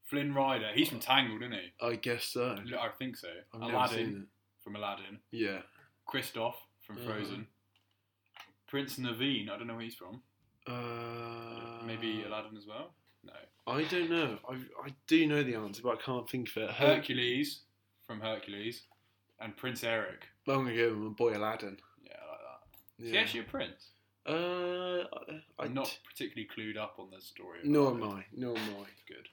Flynn Rider, he's from Tangled, isn't he? I guess so. Look, I think so. I've never Aladdin seen from Aladdin. it. Yeah. Kristoff from Mhm. Frozen. Prince Naveen, I don't know where he's from. Uh, Maybe Aladdin as well? No. I don't know. I, I do know the answer, but I can't think of it. Uh, Her- Hercules from Hercules. And Prince Eric. I'm gonna go with my boy Aladdin. Yeah, I like that. Is he Yeah. actually a prince? Uh, I, I'm not particularly clued up on the story. of Nor it. am I. Nor am I. Good.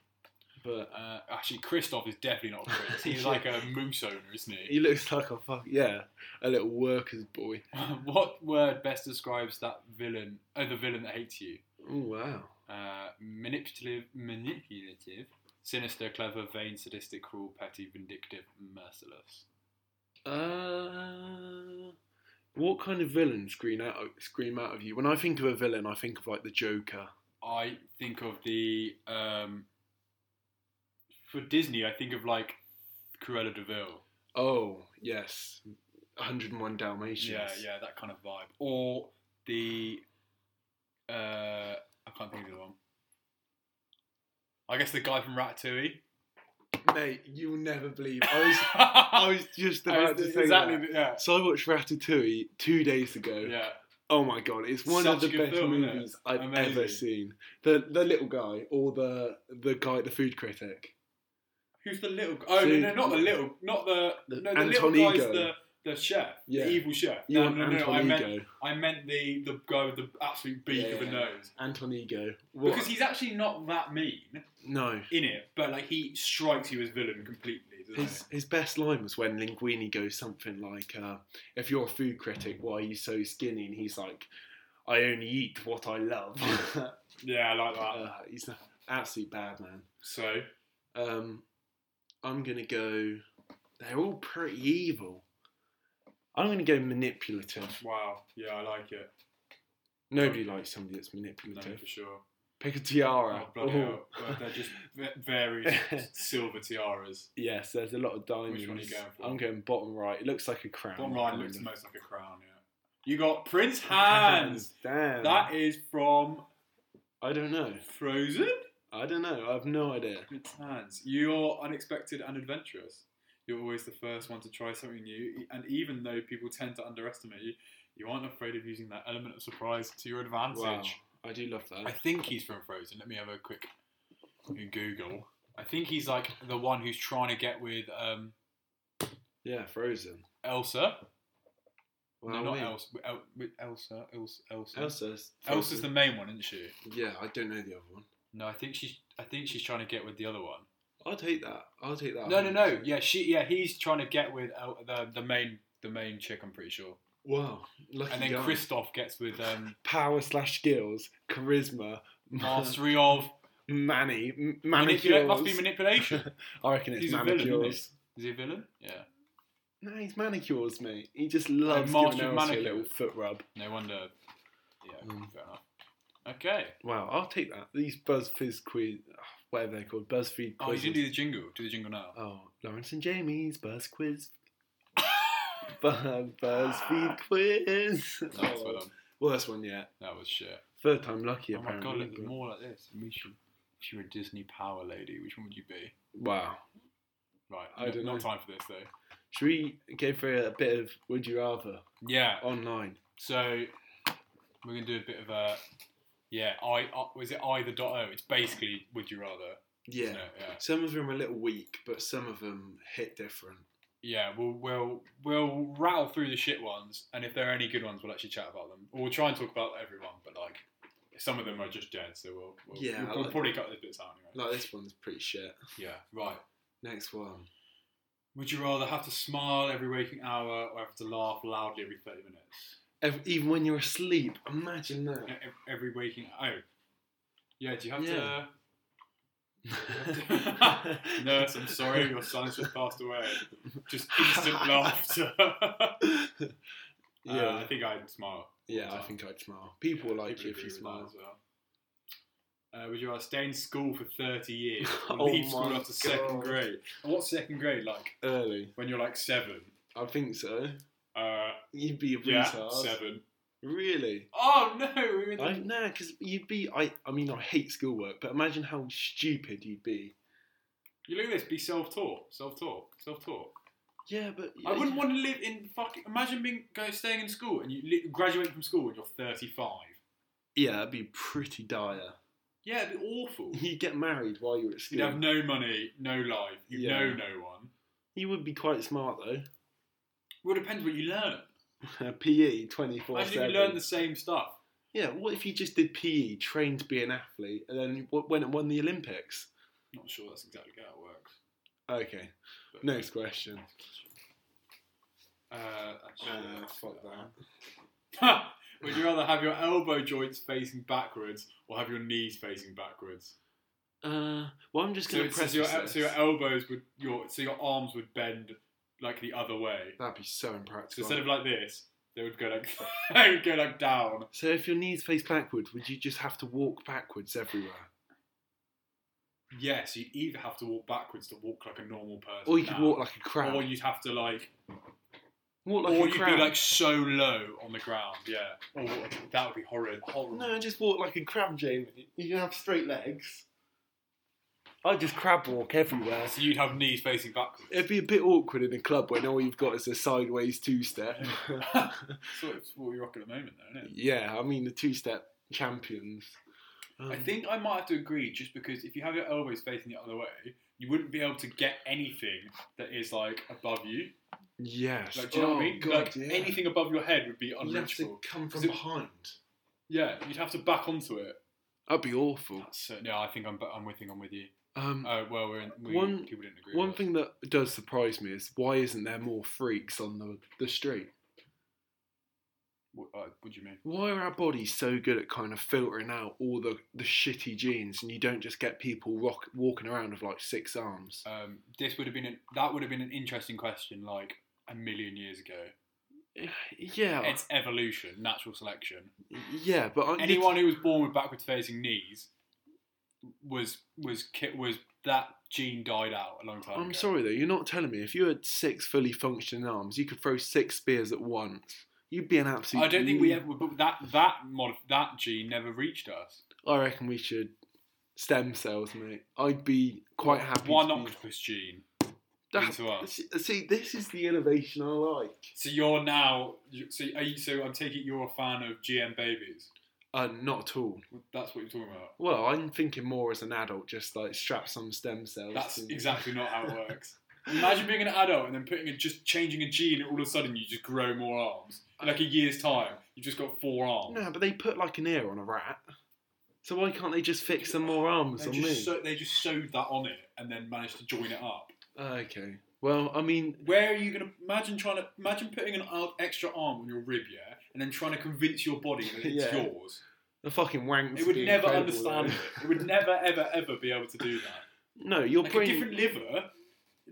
But Uh, actually, Christoph is definitely not a Chris. He's like a moose owner, isn't he? he looks like a fuck. Yeah, a little worker's boy. what word best describes that villain? Oh, the villain that hates you. Oh wow. Uh, manipulative, manipulative, sinister, clever, vain, sadistic, cruel, petty, vindictive, merciless. Uh, what kind of villain scream out scream out of you? When I think of a villain, I think of like the Joker. I think of the um, for Disney. I think of like Cruella de Vil. Oh yes, 101 Dalmatians. Yeah, yeah, that kind of vibe. Or the uh, I can't think of the one. I guess the guy from Ratatouille. Mate, you'll never believe. I was I was just I was about to say exactly. that. the- Yeah, So I watched Ratatouille two days ago. yeah. Oh my god, it's one Such of a the good best film, isn't it? movies I've Amazing. ever seen. The the little guy or the the guy, the food critic. Who's the little? g- Oh So- no, no, not the little, not the. The no, the Anton little guy's Ego. the the chef, Yeah. the evil chef. You no, want no, no, Anton I meant Ego? I meant the the guy with the absolute beak of a Yeah. nose. Anton Ego. What? Because he's actually not that mean no. in it, but like he strikes you as villain completely. Doesn't His, his best line was when Linguini goes something like, uh, "If you're a food critic, why are you so skinny?" And he's like, "I only eat what I love." he? Yeah, I like that. uh, he's an absolute bad man. So Um, I'm gonna go. They're all pretty evil. I'm gonna go manipulative. wow, yeah, I like it. Nobody likes somebody that's Oh. No, manipulative. for sure. Pick a Oh, tiara. bloody Oh. hell. Well, They're just v- various silver tiaras. Yes, there's a lot of diamonds. Which one are you going for? I'm going bottom right. It looks like a crown. Bottom right looks Diamond. most like a crown. Yeah. You got Prince Hans. Damn. That is from I don't know. Frozen. I don't know. I have no idea. Prince Hans. You're unexpected and adventurous. You're always the first one to try something new, e-, and even though people tend to underestimate you, you aren't afraid of using that element of surprise to your advantage. Wow. I do love that. I think he's from Frozen. Let me have a quick Google. I think he's like the one who's trying to get with um, yeah, Frozen. Elsa. Wow, no, not wait. Elsa. With, El, with Elsa. Elsa. Elsa. Elsa's. Elsa's the Frozen. main one, isn't she? Yeah, I don't know the other one. No, I think she's. I think she's trying to get with the other one. I'll take that. I'll take that. No, no, no. Yeah, she. Yeah, he's trying to get with El, the the main the main chick. I'm pretty sure. Wow. Lucky And then guy. Kristoff gets with um, Power slash skills, charisma, mastery of Manny, m- manicures. manipulation. Must be manipulation. I reckon it's He's a villain, manicures. isn't Is he a villain? Yeah. No, he's manicures, mate. He just loves master giving Elsie of a manicures. little foot rub. No wonder. Yeah. Mm. Fair enough. Okay. Wow, I'll take that. These BuzzFizz quiz, oh, whatever they're called, BuzzFeed Oh, you quizzes. didn't do the jingle. Do the jingle now. Oh, Lawrence and Jamie's Buzz Quiz. Bu- BuzzFeed quiz. No, that's well done. Worst one yet. That was shit. Third time lucky, oh my apparently. god, look, there's more like this. We should. If you were a Disney power lady, which one would you be? wow. Right. I no- don't not know. time for this though. Should we go for a bit of Would You Rather Yeah. online? So we're gonna do a bit of a yeah. I uh, was it I the dot O. It's basically would you rather. Yeah. isn't it? yeah. Some of them are a little weak, but some of them hit different. Yeah. We'll we'll we'll rattle through the shit ones, and if there are any good ones, we'll actually chat about them. Or we'll try and talk about everyone, but like some of them are just dead, so we'll we'll, Yeah, we'll, I we'll like- probably cut the bits out anyway. Like this one's pretty shit. Yeah. Right. Next one. Would you rather have to smile every waking hour or have to laugh loudly every thirty minutes? Ev- even when you're asleep, imagine E- that. ev- Every waking oh. Yeah, do you have Yeah. to Nurse, I'm sorry, your son's just passed away. Just instant laughter. yeah, Uh, I think I'd smile. yeah, I think I'd smile. People will like People you if agree you with that smile. as well. Uh, would you rather stay in school for 30 years or Oh leave school my after second God. grade? And what's second grade like? Early, When you're like seven? I think so. Uh, You'd be a yeah, retard. seven. Really? Oh no! we were the- I no, because you'd be. I. I mean, I hate schoolwork, but imagine how stupid you'd be. You look at this, be self taught, self taught, self taught. Yeah, but I wouldn't want to live in fucking. Imagine being go, staying in school and you li- graduate from school when you're 35. Yeah, that'd be pretty dire. Yeah, it'd be awful. You'd get married while you were at school. You'd have no money, no life. You Yeah. know no one. You would be quite smart though. Well, it depends what you learn. PE twenty four Imagine if you seven. learn the same stuff. Yeah, what if you just did PE, trained to be an athlete, and then you w- went and won the Olympics? Not sure that's exactly how it works. Okay, but- next question. Uh, Uh, fuck that. that. Would you rather have your elbow joints facing backwards or have your knees facing backwards? Uh, well, I'm just So, going to it's- press so, your, this. so your elbows would your so your arms would bend like the other way. That'd be so So impractical. instead of like this, they would go like they would go like down. so if your knees face backward, would you just have to walk backwards everywhere? Yeah, so you'd either have to walk backwards to walk like a normal person, Or you could now, walk like a crab. or you'd have to like, walk like or a you'd crab. be like so low on the ground. Yeah, oh, that would be horrid. Horrible. No, just walk like a crab, Jamie. You can have straight legs. I just crab walk everywhere. So you'd have knees facing backwards. It'd be a bit awkward in a club when all you've got is a sideways two step. sort of what we rock at the moment, though, isn't it? yeah, I mean the two step champions. I Um, think I might have to agree, just because if you have your elbows facing the other way, you wouldn't be able to get anything that is like above you. yes. Like, do you know Oh, what I mean? God, like yeah. anything above your head would be You'd have to unreachable. come Is from it- behind. Yeah, you'd have to back onto it. That'd be awful. That's uh, no, I think I'm. I'm with you. I'm with you. Um, Oh well, we're in, we, One- people didn't agree. one with thing that does surprise me is why isn't there more freaks on the, the street? What, uh, what do you mean? Why are our bodies so good at kind of filtering out all the, the shitty genes and you don't just get people rock, walking around with like six arms? Um, this would have been an, that would have been an interesting question like a million years ago. Yeah, It's evolution, natural selection. yeah, Oh. but I, anyone who was born with backwards facing knees was was ki- was that gene died out a long time ago. I'm sorry though, you're not telling me if you had six fully functioning arms, you could throw six spears at once. You'd be an absolute. I don't think we ever but that that mod that gene never reached us. I reckon we should stem cells, mate. I'd be quite happy. One to be, octopus gene That- into us. see, uh, see, this is the innovation I like. So you're now you- so are you, so I'm taking it you're a fan of GM babies. Uh, not at all. That's what you're talking about. Well, I'm thinking more as an adult, just like strap some stem cells. That's to- exactly not how it works. Imagine being an adult and then putting a, just changing a gene and all of a sudden you just grow more arms. In like a year's time, you've just got four arms. No, but they put like an ear on a rat. So why can't they just fix some more arms They on me? just, sew- they just sewed that on it and then managed to join it up. okay. Well, I mean, Where are you going to imagine trying to imagine putting an ar- extra arm on your rib, yeah, and then trying to convince your body that it's Yeah. yours? the fucking wanks. It would be never incredible, understand though. it. It would never, ever, ever be able to do that. No, your Like brain. a different liver,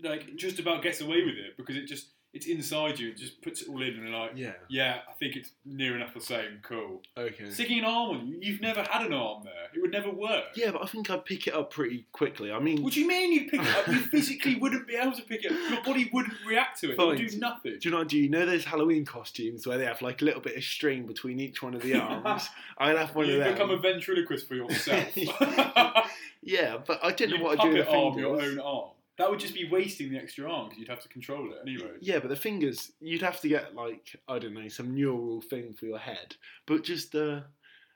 like just about gets away with it because it just it's inside you. It just puts it all in and you're like, yeah, Yeah. I think it's near enough the same. Cool. Okay. Sticking an arm on you, you've never had an arm there. It would never work. Yeah, but I think I'd pick it up pretty quickly. I mean, What do you mean you'd pick it up? You physically wouldn't be able to pick it up. Your body wouldn't react to it. It would Fine. do nothing. do you know? Do you know those Halloween costumes where they have like a little bit of string between each one of the arms? I'd have one you of them. become a ventriloquist for yourself. you Yeah, but I don't know what I'd do puppet with arm the your fingers. own arm. That would just be wasting the extra arm because you'd have to control it anyway. Yeah, but the fingers, you'd have to get like I don't know some neural thing for your head. But just uh,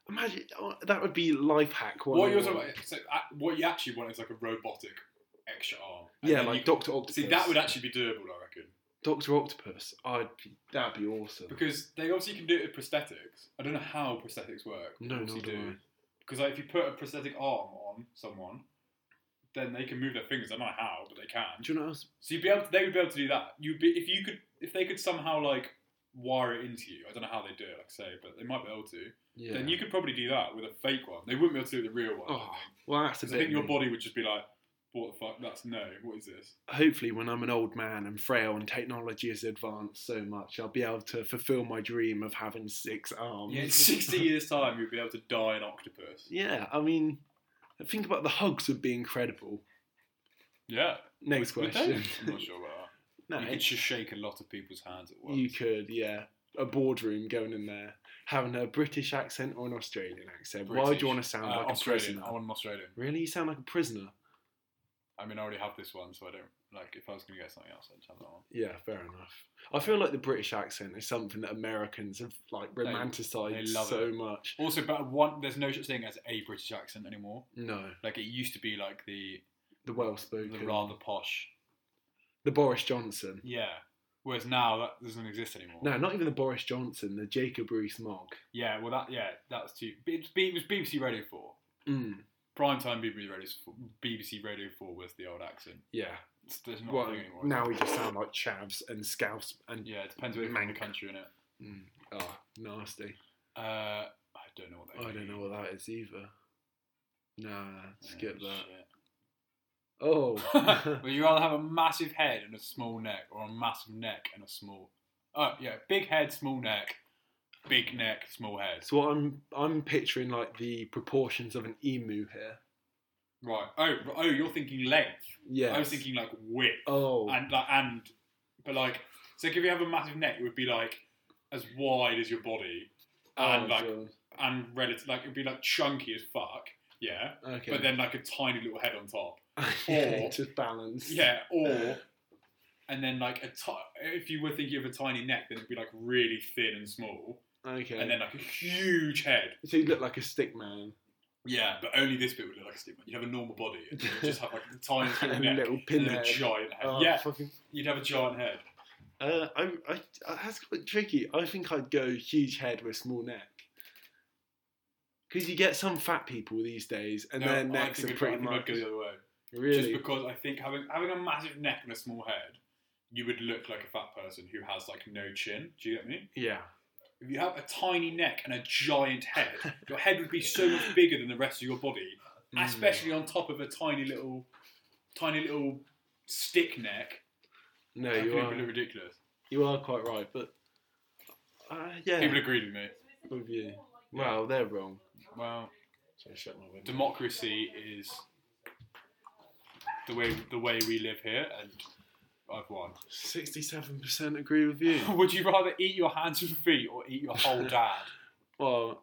imagine oh, that would be life hack. What you're 101. talking about, so, uh, what you actually want is like a robotic extra arm. And Yeah, then like you, Doctor Octopus. see that would actually be doable, I reckon, Doctor Octopus. I'd be, that'd be awesome. because they obviously can do it with prosthetics. I don't know how prosthetics work. but No, obviously nor do I. Because like, if you put a prosthetic arm on someone, then they can move their fingers. I don't know how, but they can. Do you know what else? So you'd be able to, they would be able to do that. You'd be if you could if they could somehow like wire it into you. I don't know how they do it, like I say, but they might be able to. Yeah. Then you could probably do that with a fake one. They wouldn't be able to do it with the real one. Oh, well, that's a Because bit. I think your mean. body would just be like, what the fuck? That's no. What is this? hopefully when I'm an old man and frail and technology has advanced so much, I'll be able to fulfill my dream of having six arms. Yeah, in sixty years time, you'd be able to die an octopus. Yeah, I mean, think about the hugs would be incredible. Yeah. Next Would they? question. I'm not sure about no, that. You could it- just shake a lot of people's hands at once. you could, yeah. A boardroom going in there, having a British accent or an Australian accent. Why would British. you want to sound Uh, like Australian. a I prisoner? want an Australian. Really, you sound like a prisoner. I mean, I already have this one, so I don't like. If I was gonna get something else, I'd have that one. Yeah, fair enough. I feel like the British accent is something that Americans have like romanticised love so it. much. Also, but one, there's no such thing as a British accent anymore. No, Like it used to be like the the well the spoken, rather posh. the Boris Johnson. Yeah. Whereas now that doesn't exist anymore. No, not even the Boris Johnson, the Jacob Rees-Mogg. Yeah, well that yeah that's too. It, it was BBC Radio Four. Mm, Prime time BBC Radio BBC Radio Four was the old accent. yeah. It's, there's not a Well, thing anymore. now we just sound like chavs and scouse and Yeah, it depends where you're from in the Mank. country in it. mm, oh, nasty. Uh, I don't know what that. I don't know what that is either. Nah, skip that. shit. Oh, Would you rather have a massive head and a small neck, or a massive neck and a small? Oh yeah, big head, small neck, big neck, small head. so what I'm I'm picturing like the proportions of an emu here. Right. Oh, oh, you're thinking length. Yeah. I was thinking like width Oh, and like and but like so like, if you have a massive neck, it would be like as wide as your body oh, and like God. and relative like it'd be like chunky as fuck. Yeah. okay. But then like a tiny little head on top. yeah, or- just balance. Yeah, or and then like a ti if you were thinking of a tiny neck, then it'd be like really thin and small, Okay. and then like a huge head. so you look like a stick man Yeah, but only this bit would look like a stick. You'd have a normal body, and you'd just have like the tiniest and little a neck, little and then a pinhead. giant head. Oh, yeah, fucking. you'd have a giant head. Uh, I'm, I, I, that's quite tricky. I think I'd go huge head with small neck. Because you get some fat people these days, and No, their I necks think are I'd- pretty I think I'd much go the other way. Just really. because I think having having a massive neck and a small head, you would look like a fat person who has like no chin. Do you get me? Yeah. If you have a tiny neck and a giant head, your head would be so much bigger than the rest of your body, Mm. especially on top of a tiny little, tiny little stick neck. No, That you could are. be ridiculous. You are quite right, but uh, yeah, People agreed with me. with you. Well, they're wrong. Well, So I shut my window. democracy is the way the way we live here, and I've won. Sixty-seven percent agree with you. Would you rather eat your hands and feet or eat your whole dad? Well,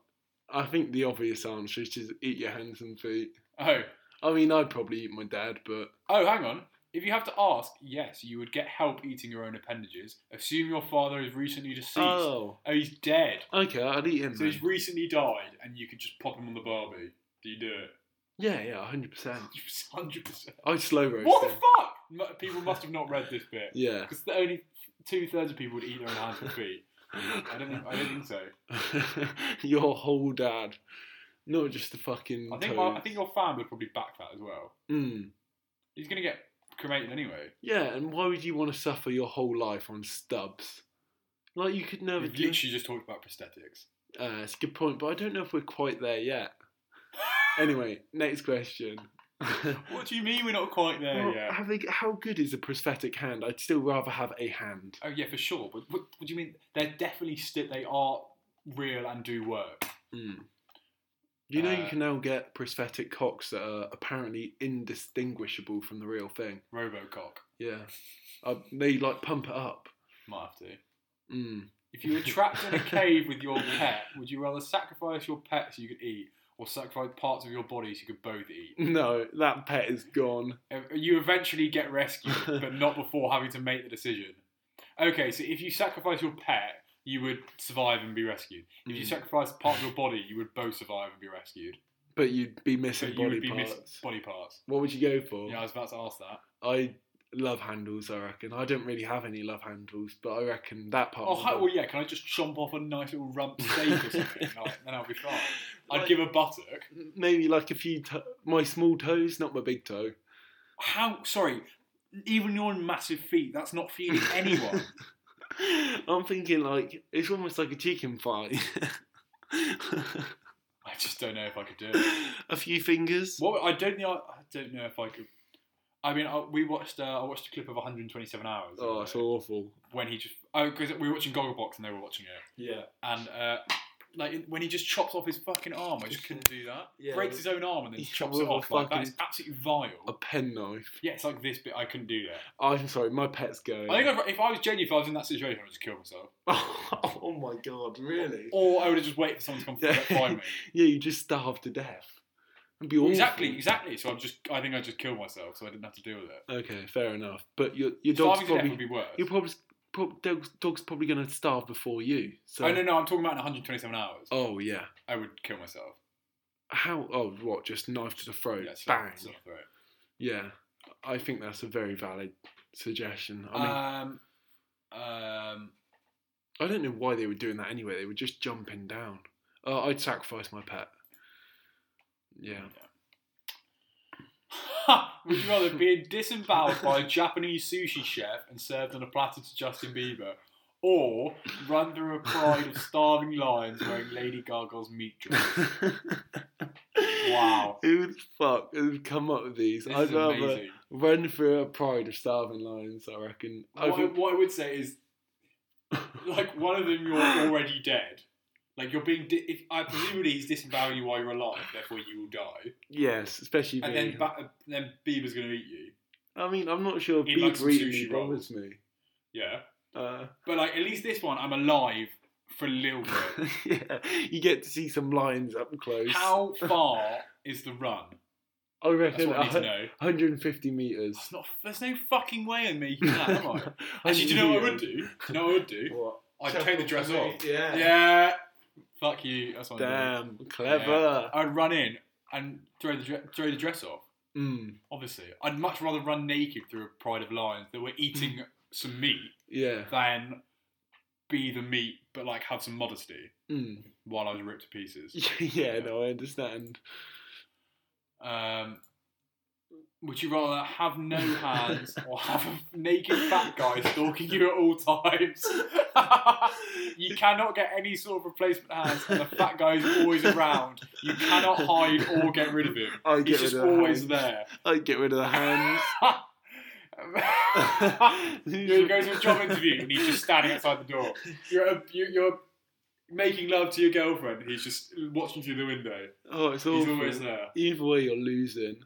I think the obvious answer is just eat your hands and feet. Oh, I mean, I'd probably eat my dad, but oh, hang on. If you have to ask, yes, you would get help eating your own appendages. Assume your father is recently deceased. Oh, oh, he's dead. okay, I'd eat him. So he's then. recently died, and you could just pop him on the barbie. Do you do it? Yeah, yeah, hundred percent. Hundred percent. I'd slow roast What the him. fuck? Mu- People must have not read this bit Yeah. because the only two thirds of people would eat their own hands and feet. I don't think. I don't think so. your whole dad, not just the fucking. I think. toes. My, I think your fan would probably back that as well. Mm. He's gonna get cremated anyway. Yeah, and why would you want to suffer your whole life on stubs? Like you could never We've do. literally just talked about prosthetics. Uh, it's a good point, but I don't know if we're quite there yet. Anyway, next question. What do you mean we're not quite there Well, yet? having- how good is a prosthetic hand? I'd still rather have a hand. Oh yeah, for sure. But what, what do you mean? They're definitely still. They are real and do work. Mm. You know, you Uh, can now get prosthetic cocks that are apparently indistinguishable from the real thing. Robocock Yeah, uh, they like pump it up. might have to. Mm. If you were trapped in a cave with your pet, would you rather sacrifice your pet so you could eat, or sacrifice parts of your body so you could both eat? No, that pet is gone. Uh, You eventually get rescued, but not before having to make the decision. Okay, so if you sacrifice your pet, you would survive and be rescued. If you Mm. sacrifice part of your body, you would both survive and be rescued. But you'd be missing But you body would be parts. missing body parts. What would you go for? Yeah, I was about to ask that. I love handles. I reckon. I don't really have any love handles, but I reckon that part. Oh, of the hi- body- well, yeah, can I just chomp off a nice little rump steak or something? and I'll- then I'll be fine. I'd Like- give a buttock. maybe like a few to- my small toes, not my big toe. How? Sorry, even your massive feet. That's not feeding anyone. I'm thinking like it's almost like a chicken fight. I just don't know if I could do it. a few fingers. What I don't know. I don't know if I could. I mean, I, we watched. Uh, I watched a clip of 127 hours. the Oh, other it's day, awful. when he just. Oh, because we were watching Gogglebox and they were watching it, Yeah. and. Uh, like when he just chops off his fucking arm, I just couldn't do that. Yeah. Breaks his own arm and then Yeah, chops with it a off. Like, that fucking- is absolutely vile. A penknife. Yeah, it's like this bit. I couldn't do that. I'm sorry, my pet's going. I think if, if I was genuine, if I was in that situation, I would just kill myself, oh my god, really? or I would have just waited for someone to come Yeah. find me. Yeah, you just starve to death. It'd be awful. Exactly, exactly. So I just, I think I just killed myself, so I didn't have to deal with it. Okay, fair enough. But your your dog's Starving to death probably would be worse. your probably prob, dog's, dog's probably gonna starve before you. So. Oh no, no, I'm talking about in 127 hours. Oh yeah. I would kill myself. How? Oh, what? Just knife to the throat. Yeah, so- Bang. so for it. Uh, Yeah, I think that's a very valid suggestion. I mean, um, Um, I don't know why they were doing that anyway. They were just jumping down. Uh, I'd sacrifice my pet. Yeah. Would you rather be disemboweled by a Japanese sushi chef and served on a platter to Justin Bieber, or run through a pride of starving lions wearing Lady Gaga's meat dress? Wow. Who the fuck has come up with these? This I'd is rather amazing. run through a pride of starving lions, I reckon. I What I, think- what I would say is, like, one of them you're already dead. Like you're being, di- if, I presumably he's disemboweling you while you're alive, therefore you will die, yes, especially and me. then ba- then Bieber's gonna eat you. I mean, I'm not sure Eat beef like some eating sushi me bothers me. Yeah, Uh, but like at least this one I'm alive for a little bit. yeah, you get to see some lions up close. How far is the run? I That's reckon what I need to a- know. 150 meters. It's not, there's no fucking way in me that, am I? 100 Actually, do you know what I meters. would do? Do you know what I would do? What? I'd take the dress off. Yeah. Yeah. Fuck you. That's what I'm Damn, clever. doing. I'd run in and throw the dre- throw the dress off. Mm, Obviously, I'd much rather run naked through a pride of lions that were Hmm. eating some meat yeah. than be the meat, but like have some modesty Mm. while I was ripped to pieces. yeah, no, I understand. Um, would you rather have no hands or have a naked fat guy stalking you at all times? you cannot get any sort of replacement hands, and the fat guy is always around. You cannot hide or get rid of him. I He's get rid just of the always hands. there. I get rid of the hands. you go to a job interview and he's just standing outside the door. You're a, you, you're making love to your girlfriend. He's just watching through the window. Oh, it's He's awful. always there. Either way, you're losing.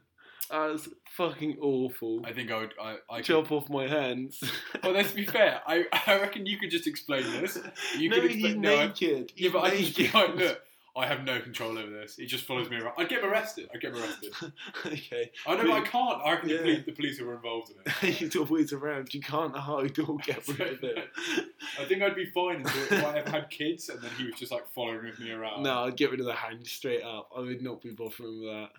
That's fucking awful. I think I would. I, I could Chop off my hands. Well, let's be fair. I, I reckon you could just explain this. You no, could he's explain. No, I- naked. yeah, but I He's just be like, look, I have no control over this. He just follows me around. I'd get him arrested. I'd get him arrested. okay, I know, but I can't. I reckon the, Yeah. police, the police were involved in it. he's always around. You can't hide or get rid of him. I think I'd be fine until I ever had kids, and then he was just like following with me around. No, I'd get rid of the hands straight up. I would not be bothering with that.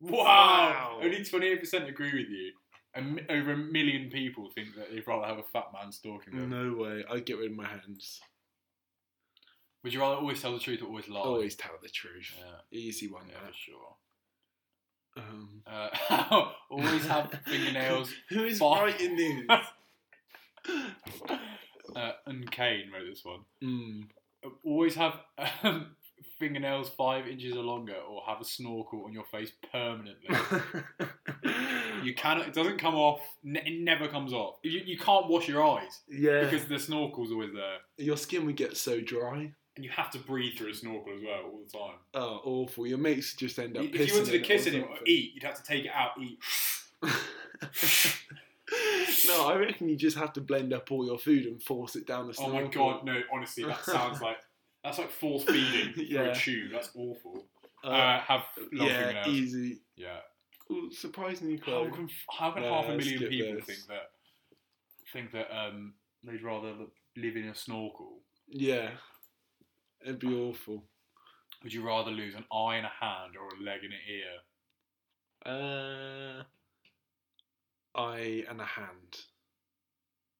Wow. Wow. Only twenty-eight percent agree with you. And mi- over a million people think that they'd rather have a fat man stalking them. No way. I'd get rid of my hands. Would you rather always tell the truth or always lie? Always tell the truth. Yeah, Easy one. yeah, for sure. that. Um, Uh, always have fingernails. Who is Fuck. writing these? Uh, and Kane wrote this one. Uh, mm, Always have um, fingernails five inches or longer, or have a snorkel on your face permanently. you cannot. It doesn't come off. Ne- it never comes off. You, you can't wash your eyes yeah. because the snorkel's always there, Your skin would get so dry. and you have to breathe through a snorkel as well all the time. Oh, awful. Your mates just end up You- pissing. if you wanted to in it or kiss anyone or something. eat, you'd have to take it out, eat. no, I reckon you just have to blend up all your food and force it down the Oh snorkel. my god, no! Honestly, that sounds like that's like force feeding through Yeah. a tube. That's awful. Uh, Uh, have long yeah, fingernails. easy. Yeah. Ooh, surprisingly How close. can, how can Yeah, half a let's million skip people this. think that think that um, they'd rather live in a snorkel? Yeah, it'd be awful. Would you rather lose an eye and a hand or a leg and an ear? Uh, eye and a hand.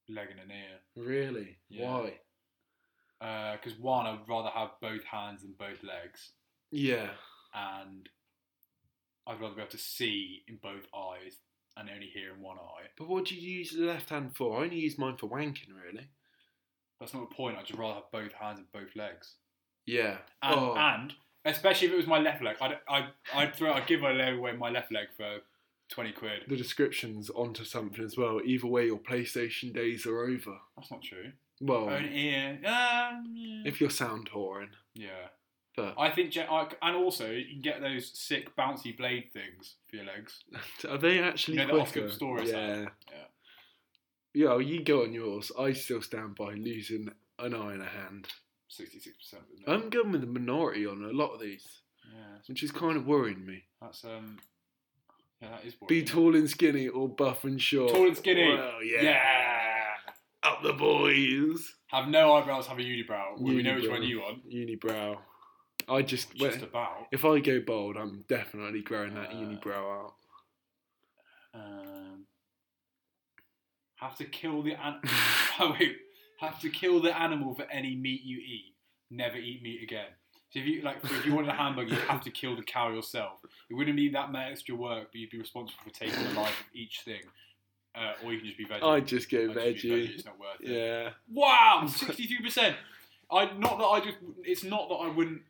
Leg and an ear. Really? Yeah. Why? Because one, I'd rather have both hands than both legs, Yeah. and I'd rather be able to see in both eyes and only hear in one eye. But what do you use the left hand for? I only use mine for wanking, really. That's not the point. I'd just rather have both hands and both legs. Yeah. And, oh. and especially if it was my left leg, I'd I'd, I'd throw I'd give away my left leg for twenty quid. the descriptions onto something as well. Either way, your PlayStation days are over. That's not true. Well, Own ear. Um, yeah. Oh. if you're sound whoring, yeah. but I think, gen- I, and also you can get those sick bouncy blade things for your legs. are they actually Oh. You know the Oscar quicker? Pistorius yeah. Yeah. Yeah, well, you go on yours. I still stand by losing an eye and a hand. 66%. percent I'm going with the minority on a lot of these, yeah, which is kind of worrying me. that's, um, yeah, that is boring. Be isn't it? tall and skinny or buff and short. Tall and skinny. Well, yeah. Yeah. Up the boys. Have no eyebrows, have a unibrow. Well, we know which Unibrow. one you want. Unibrow. I just, Just well, about. if I go bald, I'm definitely growing that Uh, unibrow out. Um, have to kill the an- oh, wait. Have to kill the animal for any meat you eat. Never eat meat again. So if you like, if you wanted a hamburger, you'd have to kill the cow yourself. It wouldn't be that much extra work, but you'd be responsible for taking the life of each thing. Uh, or you can just be veggie. I just go I'd just be veggie. It's not worth it. Yeah. Wow, sixty-three percent. I not that I just. It's not that I wouldn't.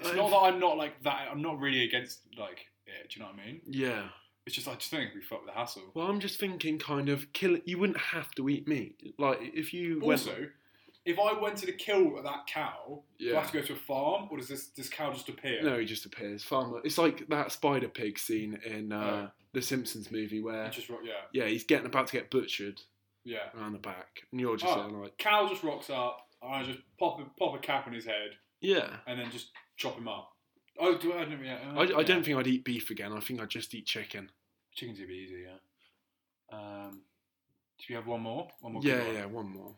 It's not that I'm not like that. I'm not really against like it. Do you know what I mean? Yeah. It's just I just think we fuck with the hassle. Well, I'm just thinking, kind of, kill. You wouldn't have to eat meat. Like if you went. Also, if I wanted to kill that cow, do I Yeah. have to go to a farm, or does this this cow just appear? No, he just appears. Farmer. It's like that spider pig scene in uh, Oh. the Simpsons movie where It just ro- yeah, yeah, he's getting about to get butchered yeah. around the back, and you're just Oh. there like Cow just rocks up, and I just pop a, pop a cap on his head, yeah. and then just chop him up. Oh, do I? I don't, yeah, uh, I, I yeah. don't think I'd eat beef again. I think I'd just eat chicken. Chicken's would be easy, yeah. Um, do we have one more? One more. yeah, good one? yeah, one more.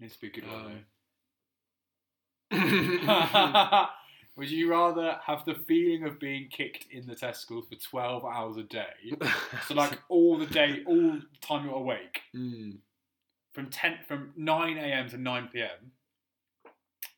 Needs to be a good Um, one. I Though. Would you rather have the feeling of being kicked in the testicles for twelve hours a day, so like all the day, all the time you're awake, Mm, from ten, from nine a.m. to nine p.m.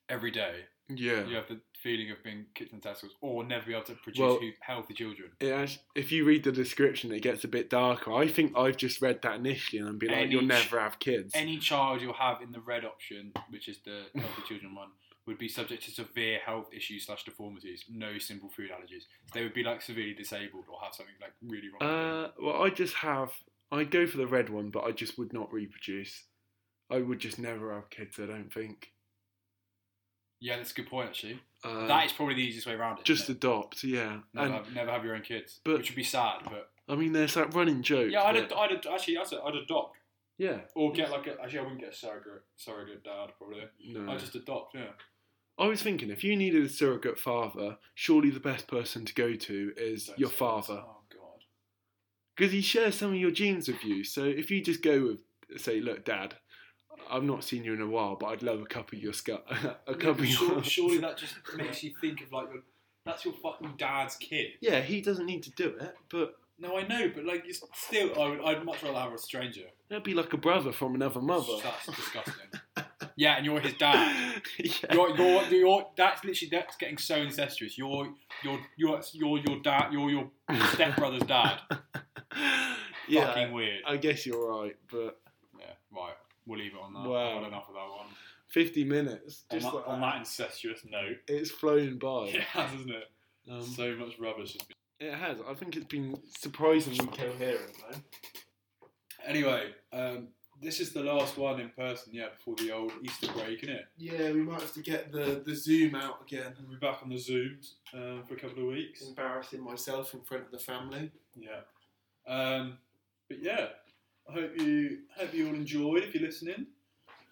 every day, yeah. you have the feeling of being kicked in the testicles, or never be able to produce Well- he- healthy children? It act- if you read the description, it gets a bit darker. I think I've just read that initially and be like, Any "You'll ch- never have kids." Any child you'll have in the red option, which is the healthy children one, would be subject to severe health issues slash deformities. No simple food allergies. So they would be like severely disabled or have something like really wrong. with them. Uh, well, I just have. I go for the red one, but I just would not reproduce. I would just never have kids. I don't think. Yeah, that's a good point actually. Uh, that is probably the easiest way around it. just isn't it? adopt, yeah. never, and have, never have your own kids, but- which would be sad. But I mean, there's that running joke. yeah, I'd, that- ad- I'd ad- actually that's it, I'd adopt yeah. or get like a, actually I wouldn't get a surrogate surrogate dad probably. No. I, I'd just adopt. Yeah, was thinking, if you needed a surrogate father, surely the best person to go to is Don't your say that. father, Oh god. because he shares some of your genes with you. So if you just go with, say, look, Dad, I've not seen you in a while, but I'd love a cup of your scut, a Yeah, cup but of sur- your. surely that just makes you think of like your, that's your fucking dad's kid. Yeah, he doesn't need to do it, but No, I know, but like it's still, I would, I'd much rather have a stranger. that'd be like a brother from another mother. That's disgusting. yeah, and you're his dad. yeah. You're, you're, you're, that's literally that's getting so incestuous. You're, you're, you're, you're your dad. You're your stepbrother's dad. yeah, Fucking weird. I guess you're right, but yeah, right. We'll leave it on that. Wow. Well, enough of that one. 50 minutes just on, that, like on that, that incestuous note, it's flown by. it has, isn't it? Oh, Um, so much rubbish. has been- it has. I think it's been surprisingly coherent, though. Anyway, um, this is the last one in person. Yeah, before the old Easter break, isn't it? Yeah, we might have to get the, the Zoom out again. We'll be back on the Zooms um, for a couple of weeks. Mm. Embarrassing myself in front of the family. Yeah. Um, but yeah, I hope you hope you all enjoyed if you're listening,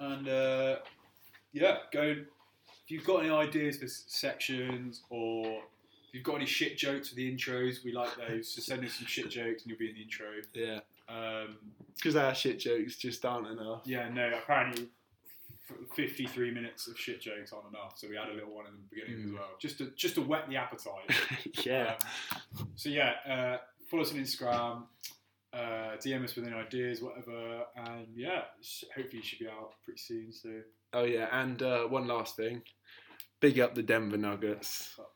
and uh, yeah, go. If you've got any ideas for s- sections or if you've got any shit jokes for the intros, we like those. so send us some shit jokes, and you'll be in the intro. Yeah. Um, Because our shit jokes just aren't enough. yeah, no, apparently. f- 53 minutes of shit jokes aren't enough, so we had a little one in the beginning as well, just to just to wet the appetite. Um, so yeah, uh, follow us on Instagram, uh, DM us with any ideas, whatever, and yeah, sh- hopefully you should be out pretty soon. So Oh, yeah, and uh, one last thing. Big up the Denver Nuggets. fuck